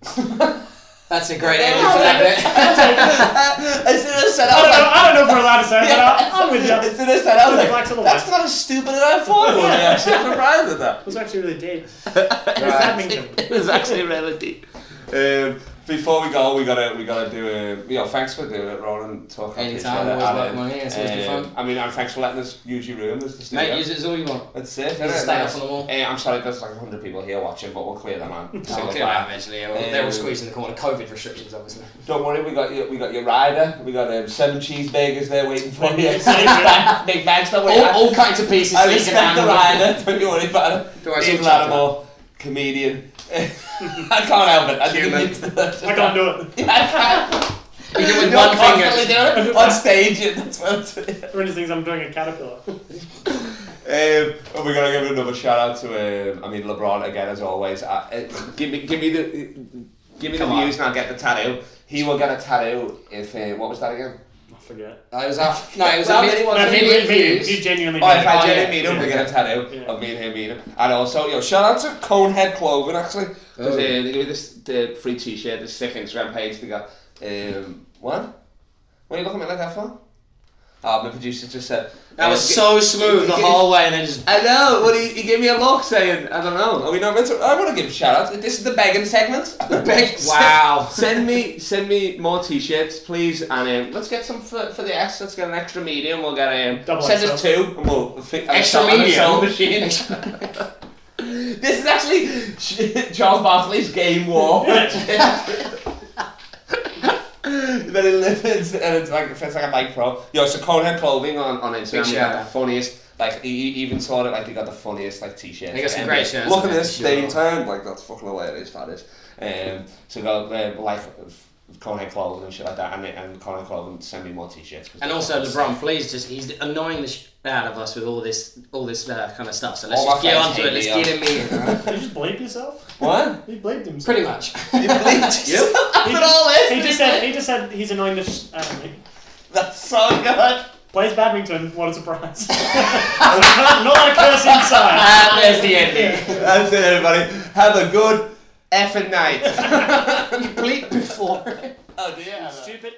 S3: That's a great ending for that
S2: as soon as I said,
S4: I
S2: I
S4: don't,
S2: was
S4: know,
S2: like,
S4: I don't know if we're allowed to say that. I'm with you.
S2: as soon as I said, I was
S4: The
S2: like,
S4: blacks and the
S2: that's
S4: whites."
S2: not as stupid as I thought. it was." I'm actually surprised at that.
S4: It was actually really deep.
S2: Right.
S4: Abingdon.
S2: It was actually reality. Um, before we go, we gotta we gotta do a you know, thanks for doing it, Ronan. Talk
S3: Anytime, always welcome on here, it's always been fun.
S2: Um, I mean, and thanks for letting us use your room. This is the
S3: bit. Mate,
S2: studio.
S3: use it as all you want.
S2: That's it.
S3: There's a
S2: innit?
S3: stain
S2: Nice.
S3: up on the wall.
S2: Eh, I'm sorry, there's like hundred people here watching, but we'll clear them out. Single
S3: Okay,
S2: file.
S3: right, eventually. yeah, well, They're all
S2: Um,
S3: squeezed in the corner. COVID restrictions, obviously.
S2: Don't worry, we got your, we got your rider. We got um, seven cheeseburgers there waiting for you.
S4: Yes, yes.
S2: Big bags, don't worry.
S3: All, all cut into pieces
S2: I
S3: so you can
S2: respect the
S3: handle it.
S2: rider. Don't you worry about it.
S3: Do I still
S2: Ian
S3: check that?
S2: Lattimore, comedian. I can't help it. I didn't
S3: Human.
S2: mean to-
S4: I can't do it.
S3: You do it with
S2: You're
S3: one
S2: constantly
S3: finger.
S2: doing it on stage. yeah, That's what I'm doing.
S4: One of the things I'm doing a caterpillar.
S2: Um, and we're gonna give another shout out to. Um, I mean, LeBron again as always. Uh, uh, give me, give me the, give me
S3: Come
S2: the
S3: on.
S2: views and I'll get the tattoo. He will get a tattoo if uh, what was that again?
S4: I forget.
S3: No, it was after. No, it was
S2: Well,
S3: a million,
S2: anyone-
S4: No,
S3: a
S4: if you,
S3: million
S4: if you, if
S3: views.
S4: you genuinely
S2: Oh, if
S4: did it.
S2: I
S3: Oh,
S2: did
S3: yeah.
S2: meet him, we get a tattoo
S4: Yeah.
S2: of me and him meeting him. And also, yo, shout out to Conehead Clothing actually. 'cause,
S3: Oh.
S2: uh, they give me this the free T-shirt, this sick Instagram page. They got um, what? What are you looking at me like that for? Oh, my producer just said
S3: That
S2: uh,
S3: was
S2: g-
S3: so smooth the whole way, and then just.
S2: I know. Well, he, he gave me a look saying, I don't know. Are we not meant to? I want to give a shout out. This is the begging segment.
S3: Wow.
S2: Send me, send me more t-shirts, please, and um, let's get some for, for the S. Let's get an extra medium. We'll get um,
S4: Double
S2: send
S4: XL.
S2: us two, and we'll fi- and
S3: Extra
S2: sell- and
S3: medium?
S2: sell machine. this is actually Ch- Charles Barkley's game war. But it lives and it's like it fits like a bike pro. Yo, so Conehead Clothing on, on Instagram, they got
S3: shout
S2: the
S3: out.
S2: funniest. Like he he even saw it, like they got the funniest like t-shirts.
S3: They got some
S2: And
S3: great shirts
S2: Look
S3: on
S2: at
S3: there,
S2: this
S3: for
S2: day
S3: sure.
S2: time, like that's fucking hilarious. That is. Um, so go uh, like f- Conehead Clothing and shit like that, and they- and Conehead Clothing send me more t-shirts. 'cause
S3: And
S2: they're
S3: also
S2: fucking
S3: LeBron, please just—he's annoying the sh- out of us with all this, all this uh, kind of stuff. So let's
S2: All my
S3: just get
S2: friends
S3: onto
S2: hate
S3: it. Let's
S2: me,
S3: get him in.
S4: Did you just bleep yourself?
S2: sick. What?
S4: He bleeped himself.
S3: Pretty much.
S2: You believe it?
S3: Yep.
S4: He
S2: But
S4: just-
S2: all this.
S4: He
S2: is-
S4: just said he just said he's annoying the sh- out of me.
S2: That's so good.
S4: Plays badminton. What a surprise! Not a curse inside.
S3: Ah, there's the ending.
S2: That's it, everybody. Have a good effing night.
S3: Bleep before.
S2: oh dear.
S4: Stupid.